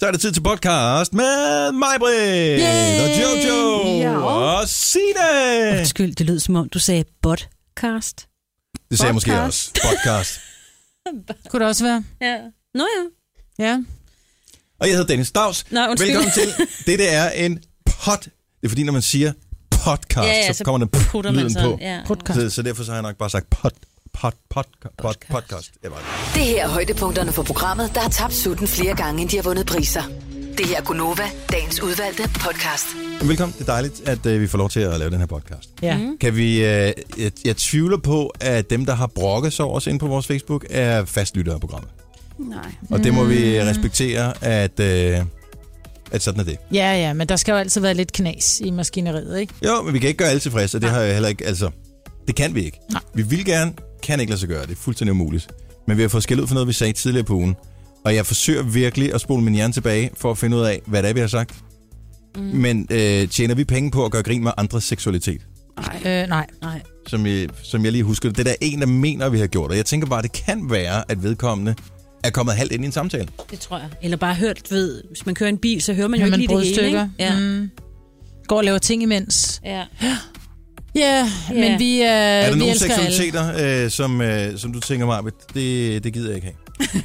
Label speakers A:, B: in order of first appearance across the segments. A: Så er det tid til podcast med mig, Britt,
B: Yay!
A: og Jojo,
B: Ja.
A: og Sine.
B: Undskyld, det lød som om, du sagde podcast.
A: Det sagde jeg måske også.
C: Podcast.
A: Podcast.
C: Kunne det også være?
B: Ja. Nå ja.
C: Ja.
A: Og jeg hedder Dennis Dags.
B: Nå, undskyld.
A: Velkommen til. Dette er en pod. Det er fordi, når man siger podcast,
B: Ja, ja,
A: Ah, så
B: så
A: kommer den
B: putter man
A: lyden
B: sådan,
A: på.
B: ja.
C: Podcast.
A: Så, så derfor så har jeg nok bare sagt pod, pod, pod, pod, podcast. Jeg var
D: Det her er højdepunkterne fra programmet, der har tabt sutten flere gange, end de har vundet priser. Det her er Gunova, dagens udvalgte podcast.
A: Velkommen. Det er dejligt, at øh, vi får lov til at lave den her podcast.
C: Ja.
B: Mm.
A: Kan vi, øh, jeg, jeg tvivler på, at dem, der har brokket sig over os inde på vores Facebook, er fastlyttere af programmet.
E: Nej.
A: Og det må vi respektere, at, øh, at sådan er det.
C: Ja, ja, men der skal jo altid være lidt knas i maskineriet, ikke?
A: Jo, men vi kan ikke gøre alle tilfredse, og det har jeg heller ikke, altså, det kan vi ikke.
C: Nej.
A: Vi vil gerne, kan ikke lade sig gøre, det er fuldstændig umuligt. Men vi har fået skæld ud for noget, vi sagde tidligere på ugen, og jeg forsøger virkelig at spole min hjerne tilbage, for at finde ud af, hvad det er, vi har sagt. Mm. Men øh, tjener vi penge på at gøre grin med andres seksualitet?
E: Nej.
C: Øh, nej.
B: Nej.
A: som jeg, som jeg lige husker. Det er der en, der mener, vi har gjort. Og jeg tænker bare, det kan være, at vedkommende er kommet halvt ind i en samtale.
B: Det tror jeg. Eller bare hørt ved, hvis man kører en bil, så hører man jo
C: Men
B: ikke
C: man
B: lige det hele.
C: brudstykker.
B: Ikke? Ja. Mm.
C: Mm. Går og laver ting imens.
B: ja.
C: Ja, yeah,
B: Ja.
C: men vi, øh,
A: Er der
C: vi
A: nogle
C: elsker alle.
A: seksualiteter, øh, som, øh, som du tænker, Marvitt, det, det gider jeg ikke have?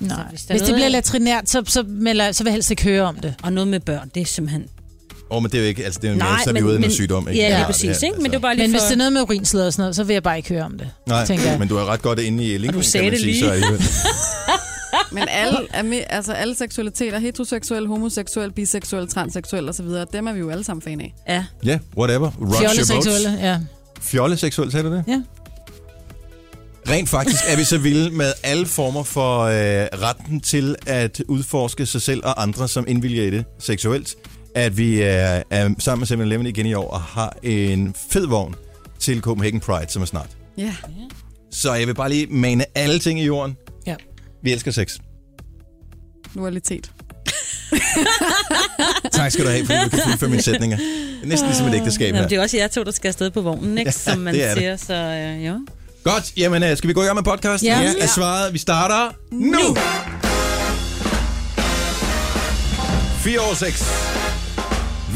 C: Nej.
B: hvis
C: Hvis,
B: der er
C: hvis det
B: noget-
C: bliver latrinært, så, så, melder, så vil jeg helst ikke høre om det.
B: Og noget med børn, det er simpelthen...
A: Åh, oh, men det er jo ikke, altså det er jo mere,
B: Nej,
A: så er vi
B: men-
A: ude i
B: men-
A: noget sygdom. Ikke? Altså,
B: Ja,
A: det
B: lige
A: her,
B: præcis.
A: det her,
B: ikke? Men det var bare lige
C: Men
B: for...
C: hvis det er noget med urinsled og sådan noget, så vil jeg bare ikke høre om det. tænker
A: Nej,
C: jeg.
A: men du er ret godt inde i
B: Og
A: linken,
B: du sagde
A: kan man
B: det
A: sige.
B: lige.
A: Så alligevel.
E: Men alle, er med, altså alle seksualiteter, heteroseksuel, homoseksuel, biseksuel, transseksuel osv., dem er vi jo alle sammen fan af.
B: Ja.
A: Ja, whatever. Rock your
C: Fjolleseksuelle,
A: boats.
C: ja.
A: Fjolleseksuel, sagde du det?
C: Ja.
A: Rent faktisk er vi så vilde med alle former for øh, retten til at udforske sig selv og andre, som indvilger i det seksuelt, at vi øh, er sammen med 7-Eleven igen i år og har en fed vogn til Copenhagen Pride, som er snart.
E: Ja.
A: Så jeg vil bare lige mane alle ting i jorden.
C: Ja.
A: Vi elsker sex.
E: Loyalitet.
A: Tak skal du have, fordi du kan fuldføre mine sætninger. Det er næsten ligesom et ægteskab
B: Jamen, det
A: her.
B: er også jer to, der skal afsted på vognen, ikke?
A: Ja,
B: Som man
A: det er det.
B: siger, så øh, jo.
A: Godt, jamen øh, skal vi gå i gang med podcasten?
C: Ja.
A: er svaret. Vi starter nu! 4 over 6.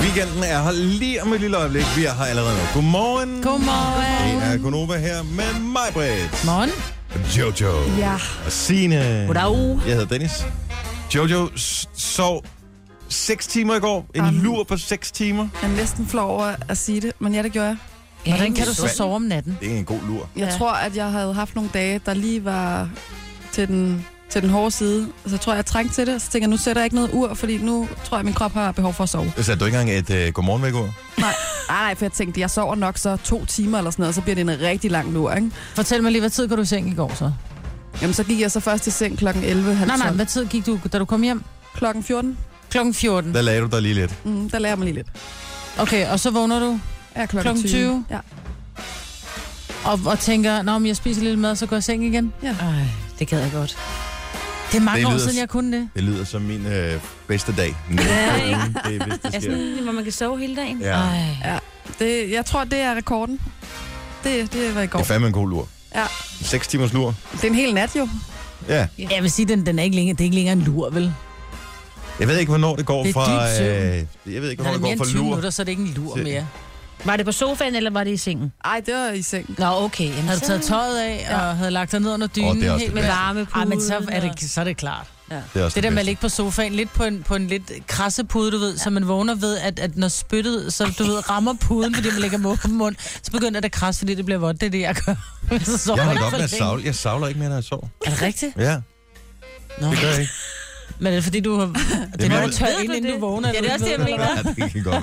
A: Weekenden er her lige om et lille øjeblik. Vi er her allerede nu. Godmorgen.
C: Godmorgen.
A: Det er Konoba her med mig, Britt.
C: Morgen.
A: Jojo.
E: Ja.
A: Og Signe.
B: Goddag.
A: Jeg hedder Dennis. Jojo s- sov 6 timer i går. En
E: Amen.
A: lur på 6 timer.
E: Jeg er næsten flov over at sige det, men ja, det gjorde jeg.
C: Hvordan kan du så sove om natten?
A: Det er en god lur.
E: Jeg
C: Ja.
E: ja. tror, at jeg havde haft nogle dage, der lige var til den, til den hårde side. Så jeg tror, jeg trængte til det. Så tænker jeg, nu sætter jeg ikke noget ur, fordi nu tror jeg, at min krop har behov for at sove.
A: Så du ikke engang et øh, godmorgenvækord?
E: Nej, nej, nej, for jeg tænkte, jeg sover nok så to timer eller sådan noget, og så bliver det en rigtig lang lur, ikke?
C: Fortæl mig lige, hvad tid går du i seng i går så?
E: Jamen, så gik jeg så først i seng klokken 11,
C: Nej, nej, hvad tid gik du, da du kom hjem?
E: Klokken 14,
C: Klokken 14.
A: Der lagde du dig lige lidt.
E: mm, der lærer jeg mig lige lidt.
C: Okay, og så vågner du
E: Ja, klokken,
C: Klokken
E: 20.
C: 20.
E: Ja.
C: og, og tænker, nå, men jeg spiser lidt mad, så går jeg i seng igen.
B: Ej, det gad jeg godt.
C: Det er mange
A: Det
C: det år
A: lyder
C: siden,
A: s-
C: jeg kunne det.
A: Det lyder som min øh, bedste dag. Ja,
B: ikke?
A: Det er, hvis det sker.
B: Er sådan, hvor man kan sove hele dagen?
A: Ja.
C: Ej.
E: Det, jeg tror, det er rekorden. Det, det var i går.
A: Det er fandme en god lur.
E: Ja.
A: 6 timers lur.
E: Det er en hel nat jo.
A: Ja.
C: Jeg vil sige, den, den er ikke længere, det er ikke længere en lur, vel?
A: Jeg ved ikke, hvornår det går
C: Det er
A: fra... øh,
C: dyb søvn.
A: jeg ved ikke,
C: Når det
A: hvornår
C: er mere
A: det går
C: end
A: fra
C: 20
A: lur.
C: minutter, så er det ikke en lur
A: til-
C: mere.
B: Var det på sofaen, eller var det i sengen?
E: Ej, det var i seng.
B: Nå, okay. Jamen,
C: Havde du taget tøjet af, og havde lagt dig ned under dynen
A: det er også
C: helt
A: det
C: med
A: bedste.
C: varme
B: Varmepuden
C: Ej, men så er,
B: og-
C: det, så er det klart.
A: Det, er også
C: Det der med at
A: bedste.
C: ligge på sofaen, lidt på en, på en lidt krasse pude, du ved, ja. så man vågner ved, at, at når spyttet, så du ved, rammer puden, fordi man ligger med åben mund, så begynder det at krasse, fordi det bliver vådt. Det er det, jeg gør. så sover
A: Jeg holdt
C: for
A: op med at
C: længe.
A: savle. Jeg savler ikke mere, når jeg sover.
C: Er det rigtigt?
A: Ja,
C: Nå.
A: det gør jeg ikke.
C: Men er det fordi, du har... Det er
A: men-
C: noget, du tør
B: Ved
C: ind,
B: du
C: inden
B: det?
C: du vågner.
B: Ja, det er
C: eller
B: også
C: du
B: det,
C: ved,
B: jeg
C: eller
B: mener.
C: hvad?
A: Ja, det kan godt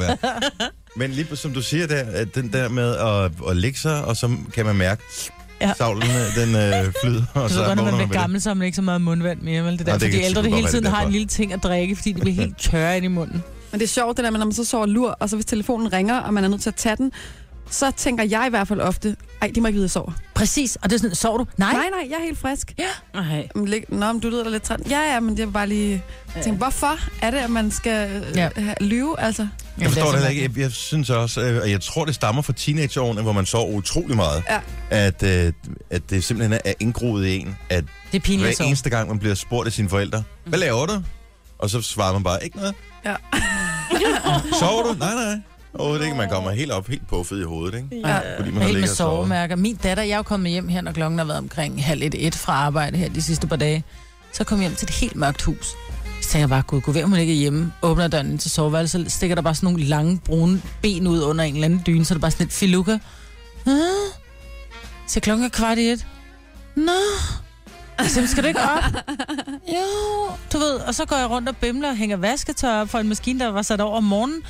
A: være. Men lige på- som du siger der, at den der med at, at ligge sig, og så kan man mærke,
C: Ja.
A: ja. savlen øh, den øh, flyder, og
C: Du
A: så
C: ved godt, når man
A: vågner man
C: bliver
A: ved det.
C: gammel, så har man ikke så meget mundvand mere, vel? Det er
A: Nej, det
C: derfor,
A: kan
C: de ældre,
A: sgu
C: der
A: godt
C: hele
A: være, det
C: tiden
A: er
C: har en
A: derfor. Mm-hmm.
C: lille ting at drikke, fordi de bliver helt tørre ind i munden.
E: Men det er sjovt, det der, med, når man så sover lur, og så hvis telefonen ringer, og man er nødt til at tage den, så tænker jeg i hvert fald ofte, ej, de må ikke vide, jeg sover.
C: Præcis, og det er sådan, sover du? Nej.
E: Nej, nej, jeg er helt frisk.
B: Nej.
E: Jamen, lig- Nå, men du lyder da lidt træt. Ja, ja, men det er bare lige... Jeg tænker, hvorfor er det, at man skal
C: Ja.
E: ja. lyve, altså?
A: Jeg forstår det heller ikke. Jeg, jeg synes også, øh, og jeg tror, det stammer fra teenageårene, hvor man sov utrolig meget.
E: Ja.
A: At, øh, at det simpelthen er indgroet i en, at
C: Det er pinligt
A: hver
C: så.
A: eneste gang, man bliver spurgt af sine forældre, hvad laver du? Og så svarer man bare, ikke noget.
E: Ja.
A: Sover du? Nej, nej. Overhovedet ikke. Man kommer helt op, helt puffet i hovedet, ikke?
E: Ja.
A: Fordi man har
C: Og helt med
A: ligget og sovet.
C: sovemærker. Min datter, jeg er jo kommet hjem her, når klokken har været omkring halv et, et fra arbejde her de sidste par dage. Så kom jeg hjem til et helt mørkt hus. Så tænkte jeg bare, gud, gud, hvem hun ikke er hjemme? Åbner døren ind til soveværelset, så stikker der bare sådan nogle lange brune ben ud under en eller anden dyne, så er det bare sådan et filuka. Ah. Så klokken er kvart i et. Nå. Så skal du ikke op? Jo, du ved. Og så går jeg rundt og bimler og hænger vasketøj op for en maskine, der var sat over om morgenen.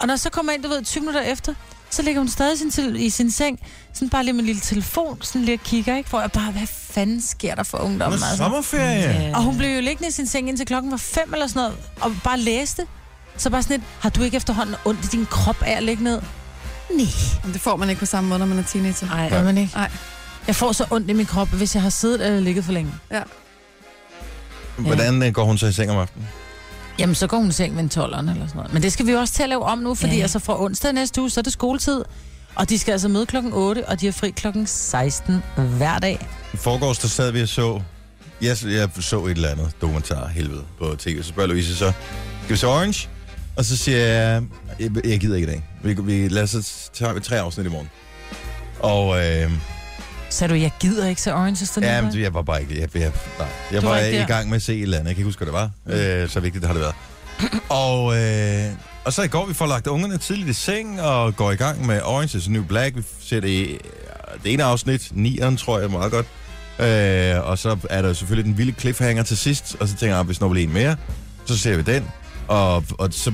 C: Og når jeg så kommer jeg ind, du ved, 20 minutter efter, så ligger hun stadig sin til, i sin seng, sådan bare lige med en lille telefon, sådan lige og kigger, ikke? Hvor jeg bare, hvad fanden sker der for ungdommen?
A: Nå,
C: altså?
A: sommerferie. Ja.
C: Og hun blev jo liggende i sin seng indtil klokken var fem eller sådan noget, og bare læste. Så bare sådan et, har du ikke efterhånden ondt i din krop af at ligge ned? Nej.
E: Men det får man ikke på samme måde, når man er teenager.
C: Nej, gør man ikke.
E: Nej.
C: Jeg får så ondt i min krop, hvis jeg har siddet eller ligget for længe.
A: Hvordan øh, går hun så i seng om aftenen?
C: Jamen, så går hun i seng med en 12'eren eller sådan noget. Men det skal vi jo også til at lave om nu, fordi
B: Ja.
C: ja. altså fra onsdag næste uge, så er det skoletid. Og de skal altså møde klokken 8, og de er fri klokken 16 hver dag.
A: I forgårs, der sad vi og så... Jeg, jeg så et eller andet dokumentar, helvede, på tv. Så spørger Louise så, skal vi se Orange? Og så siger jeg, jeg, jeg gider ikke i dag. Vi, vi, lad os så tage vi tre afsnit i morgen. Og øh,
C: Så du, jeg gider ikke se Orange is the New
A: ja,
C: Black.
A: men, jeg var bare ikke... Jeg, jeg, nej. jeg var,
C: altså Du var
A: var
C: ikke
A: i
C: der. Mm.
A: gang med at se et eller andet. Jeg kan ikke huske, hvad det var. Øh, så vigtigt har det været. og, øh, og så i går, vi får lagt ungerne tidligt i seng og går i gang med Orange is the New Black. Vi ser det, i- det ene afsnit, nieren tror jeg meget godt. Øh, og så er der jo selvfølgelig den vilde cliffhanger til sidst, og så tænker jeg, ah, vi snupper lige en mere. Så ser vi den, og, og så,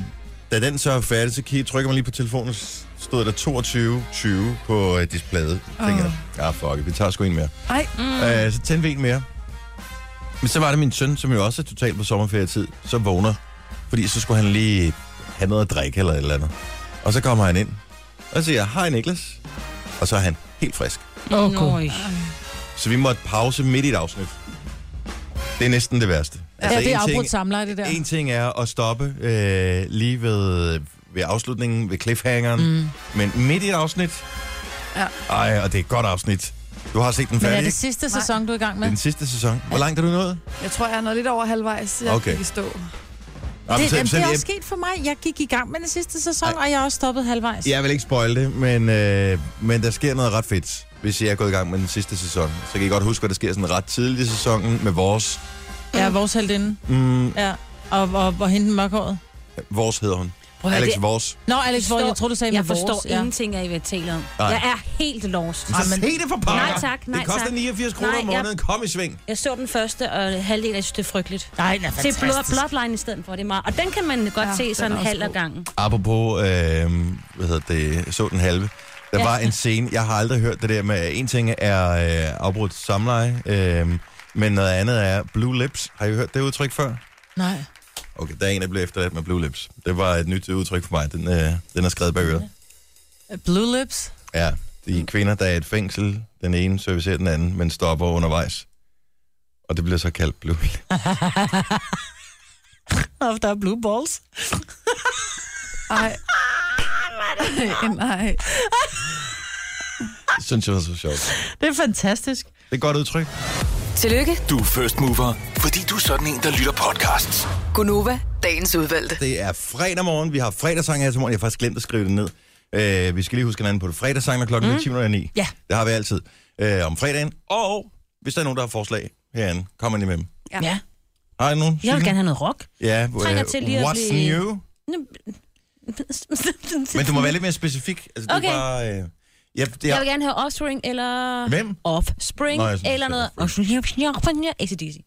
A: da den så er færdig, så kigger, trykker man lige på telefonen, så stod der 22.20 på øh, displayet. Så tænker jeg, ah fuck it, vi tager sgu en mere.
E: Ej.
A: Øh, så tændte vi en mere. Men så var det min søn, som jo også er totalt på sommerferietid, som vågner. Fordi så skulle han lige have noget at drikke eller et eller andet. Og så kommer han ind, og så siger jeg, hej Niklas. Og så er han helt frisk.
C: Åh, gud.
B: Nøj.
A: Så vi måtte pause midt i et afsnit. Det er næsten det værste. Altså,
C: Ja, det er
A: en ting-
C: afbrudt samleje, det der.
A: en ting er at stoppe øh, lige ved, ved afslutningen, ved cliffhangeren, mm. men midt i et afsnit,
E: Ja.
A: ej, og det er et godt afsnit. Du har set den
C: Men er
A: færdig,
C: det
A: ikke?
C: sidste
E: Nej.
C: sæson, du er i gang
A: Det er
C: med?
A: den sidste sæson. Hvor langt er du nået?
E: Jeg tror, jeg er nået lidt over halvvejs. Jeg
A: Okay.
E: okay. i stå.
A: Nå, men
C: Det,
A: selv-
C: jamen, det
A: selv-
C: er
A: jeg-
C: også sket for mig. Jeg gik i gang med den sidste sæson,
A: Ej.
C: og jeg er også stoppet halvvejs.
A: Jeg vil ikke spoil det, men, øh, men der sker noget ret fedt, hvis jeg er gået i gang med den sidste sæson. Så kan I godt huske, hvad der sker sådan ret tidligt i sæsonen med vores...
C: Jeg er vores heltinde.
A: Mm,
C: Ja. Og, og, og, og hende den mørkhåret.
A: vores hedder hun.
B: Prøv at høre,
A: Alex
B: det-
A: Vores.
C: Nå, Alex, hvor
B: Forstår-
C: jeg tror du sagde
B: Jeg
C: med vores.
B: forstår
C: ja.
B: ingenting af, hvad I taler om.
A: Nej.
B: Jeg er helt lost.
A: Så
C: men-
A: se det for pokker.
B: Nej tak, nej
A: Det koster
B: tak.
A: 89 kroner om
B: Nej, jeg-
A: måneden. Kom i sving.
B: Jeg så den første, og halvdelen, jeg synes, det er frygteligt.
C: Nej, det er
B: Se Blood,
C: fantastisk.
B: Bloodline i stedet for, det er meget. Og den kan man godt
E: Ja,
B: ja, se
E: den
B: sådan
E: er også
B: halv ad
E: god.
B: gangen.
A: Apropos, øh, hvad hedder det, så den halve. Der
B: Ja.
A: var en scene, jeg har aldrig hørt det der med, at en ting er øh, afbrudt samleje, øh, men noget andet er blue lips. Har I hørt det udtryk før?
C: Nej.
A: Okay, der er en, der blev efterladt med blue lips. Det var et nyt udtryk for mig. Den, øh, den er skrevet bag øret.
C: Blue Lips.
A: Ja, de kvinder, der er i et fængsel, den ene servicerer den anden, men stopper undervejs. Og det bliver så kaldt blue lips.
C: Og der er Blue Balls.
E: Ej. Nej.
A: Det synes jeg var så sjovt.
C: Det er fantastisk.
A: Det er et godt udtryk.
D: Tillykke,
F: Du er first mover, fordi du er sådan en, der lytter podcasts.
D: Gunova, dagens udvalgte.
A: Det er fredag morgen. Vi har fredagssang her til morgen. Jeg har faktisk glemt at skrive det ned. Øh, vi skal lige huske hinanden på det. Fredagssang er klokken mm. 10.09.
C: Ja.
A: Det har vi altid øh, om fredagen. Og hvis der er nogen, der har forslag herinde, kom ind med dem.
E: Ja.
B: Ja.
A: Har I nogen?
B: Jeg vil
A: Signe?
B: gerne have noget rock.
A: Ja,
B: Trænger
A: øh,
B: til lige at
A: what's
B: blive-
A: new? Men du må være lidt mere specifik. Altså, du
B: Okay.
A: er bare, øh, ja, det
B: Jeg
A: er,
B: vil gerne have Offspring eller...
A: Hvem?
B: Offspring
A: Nå, jeg synes,
B: eller
A: det
B: noget.
A: er
B: ACDC.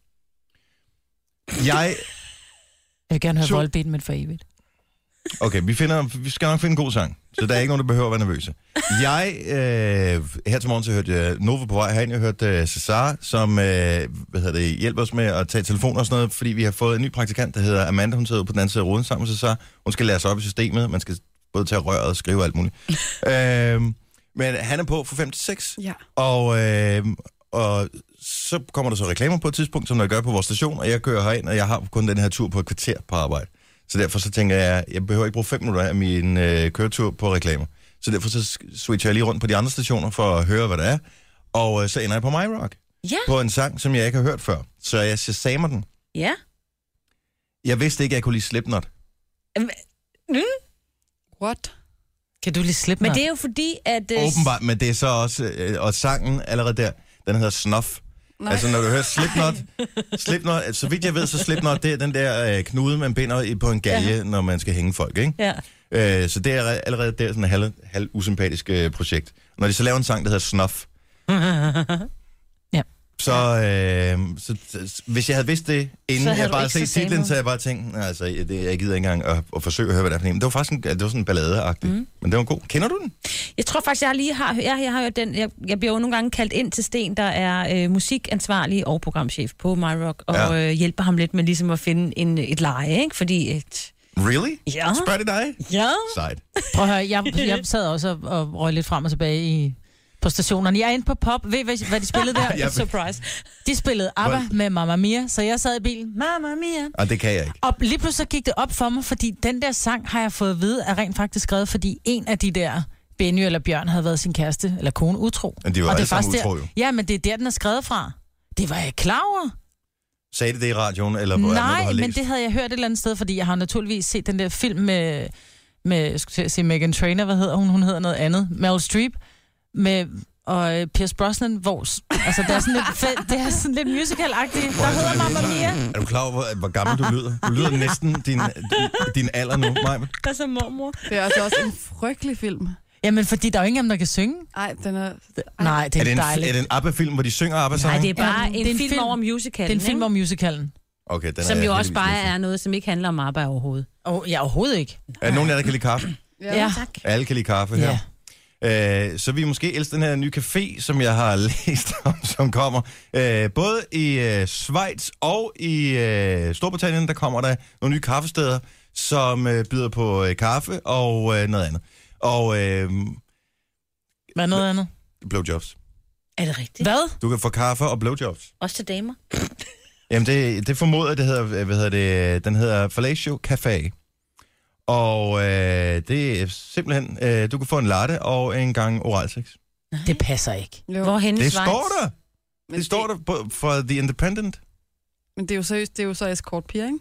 A: jeg,
C: Jeg vil gerne høre
A: Så-
C: Volbeat, men for evigt.
A: okay, vi, finder, vi skal nok finde en god sang, så der er ikke nogen, der behøver at være nervøse. Jeg, øh, her til morgen, så hørte jeg Nova på vej herind, jeg hørte øh, Cesar, som øh, hvad hedder det, hjælper os med at tage telefoner og sådan noget, fordi vi har fået en ny praktikant, der hedder Amanda, hun sidder ude på den anden side af ruden sammen med Cesar. Hun skal lære sig op i systemet, man skal både tage røret og skrive og alt muligt. øh, men han er på fra 5 til 6,
E: Ja.
A: Og, øh, og så kommer der så reklamer på et tidspunkt, som der gør på vores station, og jeg kører herind, og jeg har kun den her tur på et kvarter på arbejde. Så derfor så tænker jeg, jeg behøver ikke bruge fem minutter af min øh, køretur på reklamer. Så derfor så sk- switcher jeg lige rundt på de andre stationer for at høre, hvad der er. Og øh, så ender jeg på My Rock
B: Ja,
A: på en sang, som jeg ikke har hørt før. Så jeg shazamer den.
B: ja.
A: Jeg vidste ikke, at jeg kunne lide Slipknot.
E: What?
C: Kan du lige slippe
B: Men
C: mig?
B: det er jo fordi, at... øh,
A: Åbenbart, men det er så også... Øh, og sangen allerede der, den hedder Snuff. Nej. Altså, når du hører Slipknot, Slipknot, altså, så vidt jeg ved, så Slipknot, det er den der øh, knude, man binder i- på en galge, ja. når man skal hænge folk, ikke?
B: Ja.
A: Øh, så det er re- allerede der sådan et halv, halv usympatisk øh, projekt. Når de så laver en sang, der hedder Snuff,
C: Ja.
A: så, øh, så, så hvis jeg havde vidst det,
B: Så
A: inden
B: havde
A: jeg
B: du
A: bare
B: ikke
A: set
B: shazamet.
A: titlen, så havde jeg bare tænkt, "Nej, altså, jeg, det, jeg gider ikke engang at, at forsøge at høre, hvad det er for en. Men Det var faktisk en, det var sådan en balladeagtig, mm. men det var god. Kender du den?
B: Jeg tror faktisk, jeg lige har, jeg, jeg har hørt den. Jeg, jeg bliver jo nogle gange kaldt ind til Sten, der er øh, musikansvarlig og programchef på MyRock, og
A: Ja.
B: ja. øh, hjælper ham lidt med ligesom at finde en, et leje, ikke? Fordi et...
A: Really?
B: Ja.
A: Spørg det dig?
B: Ja.
A: Sejt.
C: Prøv at høre, jeg, jeg sad også og, og røg lidt frem og tilbage i, på stationerne. Jeg er inde på pop. Ved I, hvad, hvad de spillede der?
A: Ja.
B: Surprise.
C: De spillede ABBA med Mamma Mia, så jeg sad i bilen. Mamma Mia.
A: Og det kan jeg ikke.
C: Og lige pludselig så gik det op for mig, fordi den der sang har jeg fået at vide, er rent faktisk skrevet, fordi en af de der Benny eller Bjørn havde været sin kæreste eller kone utro.
A: Men de var
C: og det
A: alle
C: er faktisk
A: sammen utro,
C: der,
A: jo.
C: Ja, men det er der, den er skrevet fra. Det var jeg ikke klar over.
A: Sagde det det i radioen, eller hvor er det, noget, du
C: Nej,
A: har
C: men
A: læst?
C: det havde jeg hørt et eller andet sted, fordi jeg har naturligvis set den der film med, med jeg skulle til at sige Megan Trainor, hvad hedder hun? Hun hedder noget andet. Meryl Streep med og øh, Pierce Brosnan, hvor... s- Altså, det er sådan lidt, fe- det er sådan lidt musical-agtigt. Der hedder Mamma Mia.
A: Er du klar over, hvor, hvor gammel du lyder? Du lyder næsten din, din, din alder nu, Maja.
B: Der er så mormor.
E: Det er altså også en frygtelig film.
C: Jamen, fordi der er jo ingen af dem, der kan synge.
E: Ej, den er...
C: Nej, det er,
A: Er det en,
C: dejligt.
A: er det en ABBA-film, hvor de synger abba
B: Nej, det
A: sange
B: er bare
C: Ja,
B: en, det er en film, over musicalen,
C: Det er en film
B: ikke?
C: om musicalen.
A: Okay, den
B: som
A: er
B: jo også bare er noget, som ikke handler om arbejde overhovedet.
C: Og jeg overhovedet ikke.
A: Er der nogen af jer, der kan lide kaffe?
C: Ja.
B: tak.
A: Alle kan lide kaffe her.
C: Ja.
A: Øh, så vi måske elsker den her nye café, som jeg har læst om, som kommer. Øh, både i øh, Schweiz og i øh, Storbritannien, der kommer der nogle nye kaffesteder, som øh, byder på øh, kaffe og øh, noget andet. Og øh,
C: Hvad noget andet?
A: blowjobs.
B: Er det rigtigt?
C: Hvad?
A: Du kan få kaffe og blowjobs.
B: Også til damer?
A: Jamen, det, det formoder jeg, det hedder, øh, hvad hedder det, den hedder Fallatio Café. Og øh, det er simpelthen, øh, du kan få en latte og en gang oral sex.
C: Det passer ikke.
E: Jo,
B: Hvorhen i
A: Det
B: Schweiz?
A: står der!
E: men
A: Det står der på, for The Independent.
E: Men det er jo seriøst, det er jo så escortpiger, ikke?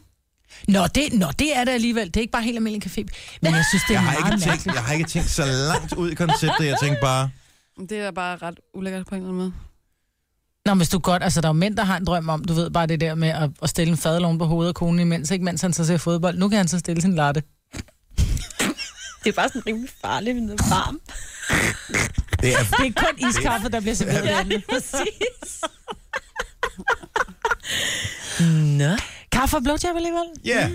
C: Nå det, nå, det er det alligevel. Det er ikke bare helt almindelig café. Men jeg synes, det er
A: Jeg har,
C: meget
A: ikke
C: mærkeligt.
A: tænkt, jeg har ikke tænkt så langt ud i konceptet. Jeg tænkte bare,
E: Men Det er bare ret ulækkert på en eller anden måde.
C: Nå, hvis du godt, altså der er jo mænd, der har en drøm om, du ved bare det der med at, at stille en fadelon på hovedet af konen imens, ikke mens han så ser fodbold. Nu kan han så stille sin latte.
B: Det er bare sådan rimelig farligt, men det er varmt.
A: det er,
C: Det er kun iskaffe, der bliver serveret.
B: ja,
C: derinde.
B: præcis.
C: Kaffe og blowjob alligevel?
A: ja.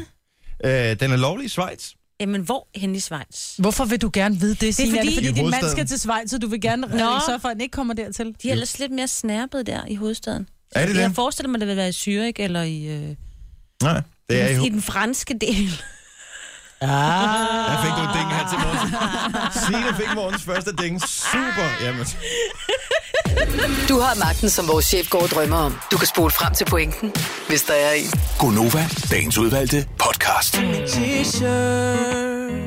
A: Øh, den er lovlig i Schweiz.
B: Jamen, hvor hen i Schweiz?
C: Hvorfor vil du gerne vide det, Signe? Det er fordi,
B: fordi-
A: I
C: fordi din mand
A: hovedstaden.
C: skal til Schweiz, så du vil gerne
B: Nå.
C: sørge for, at han ikke kommer dertil.
B: De er ellers lidt mere snærpet der i hovedstaden.
A: Er det
B: Jeg
A: det?
B: forestiller mig, at det vil være i Zürich eller i, øh,
A: Nej, det er
B: i,
A: jo.
B: i den franske del.
C: Ah.
A: Der fik du et ding her til morgen. Signe fik morgens første ding. Super. Jamen.
D: Du har magten, som vores chef går og drømmer om. Du kan spole frem til pointen, hvis der er en.
F: Gonova, dagens udvalgte podcast.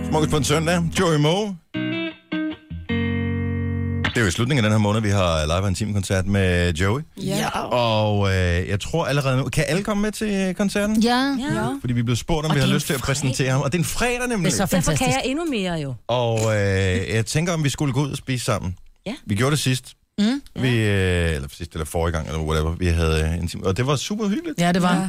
A: Smukkes på en søndag. Joey Moe. Det er jo i slutningen af den her måned, vi har live og en koncert med Joey.
E: Ja.
A: Og øh, jeg tror allerede nu... Kan alle komme med til øh, koncerten?
C: Ja.
B: Ja.
A: Fordi vi blev spurgt, om
B: Og
A: vi
B: det
A: har
B: er
A: lyst
B: en
A: til at
B: fredag.
A: præsentere ham. Og det er en fredag nemlig.
C: Det er
B: Derfor
C: så
B: kan
C: fantastisk.
B: jeg endnu mere jo.
A: Og øh, jeg tænker, om vi skulle gå ud og spise sammen.
B: Ja.
A: Vi gjorde det sidst.
C: Mm.
A: Vi, øh, eller sidst, eller forrige gang, eller whatever. Vi havde øh, en time. Og det var super hyggeligt.
C: Ja, det var. Ja.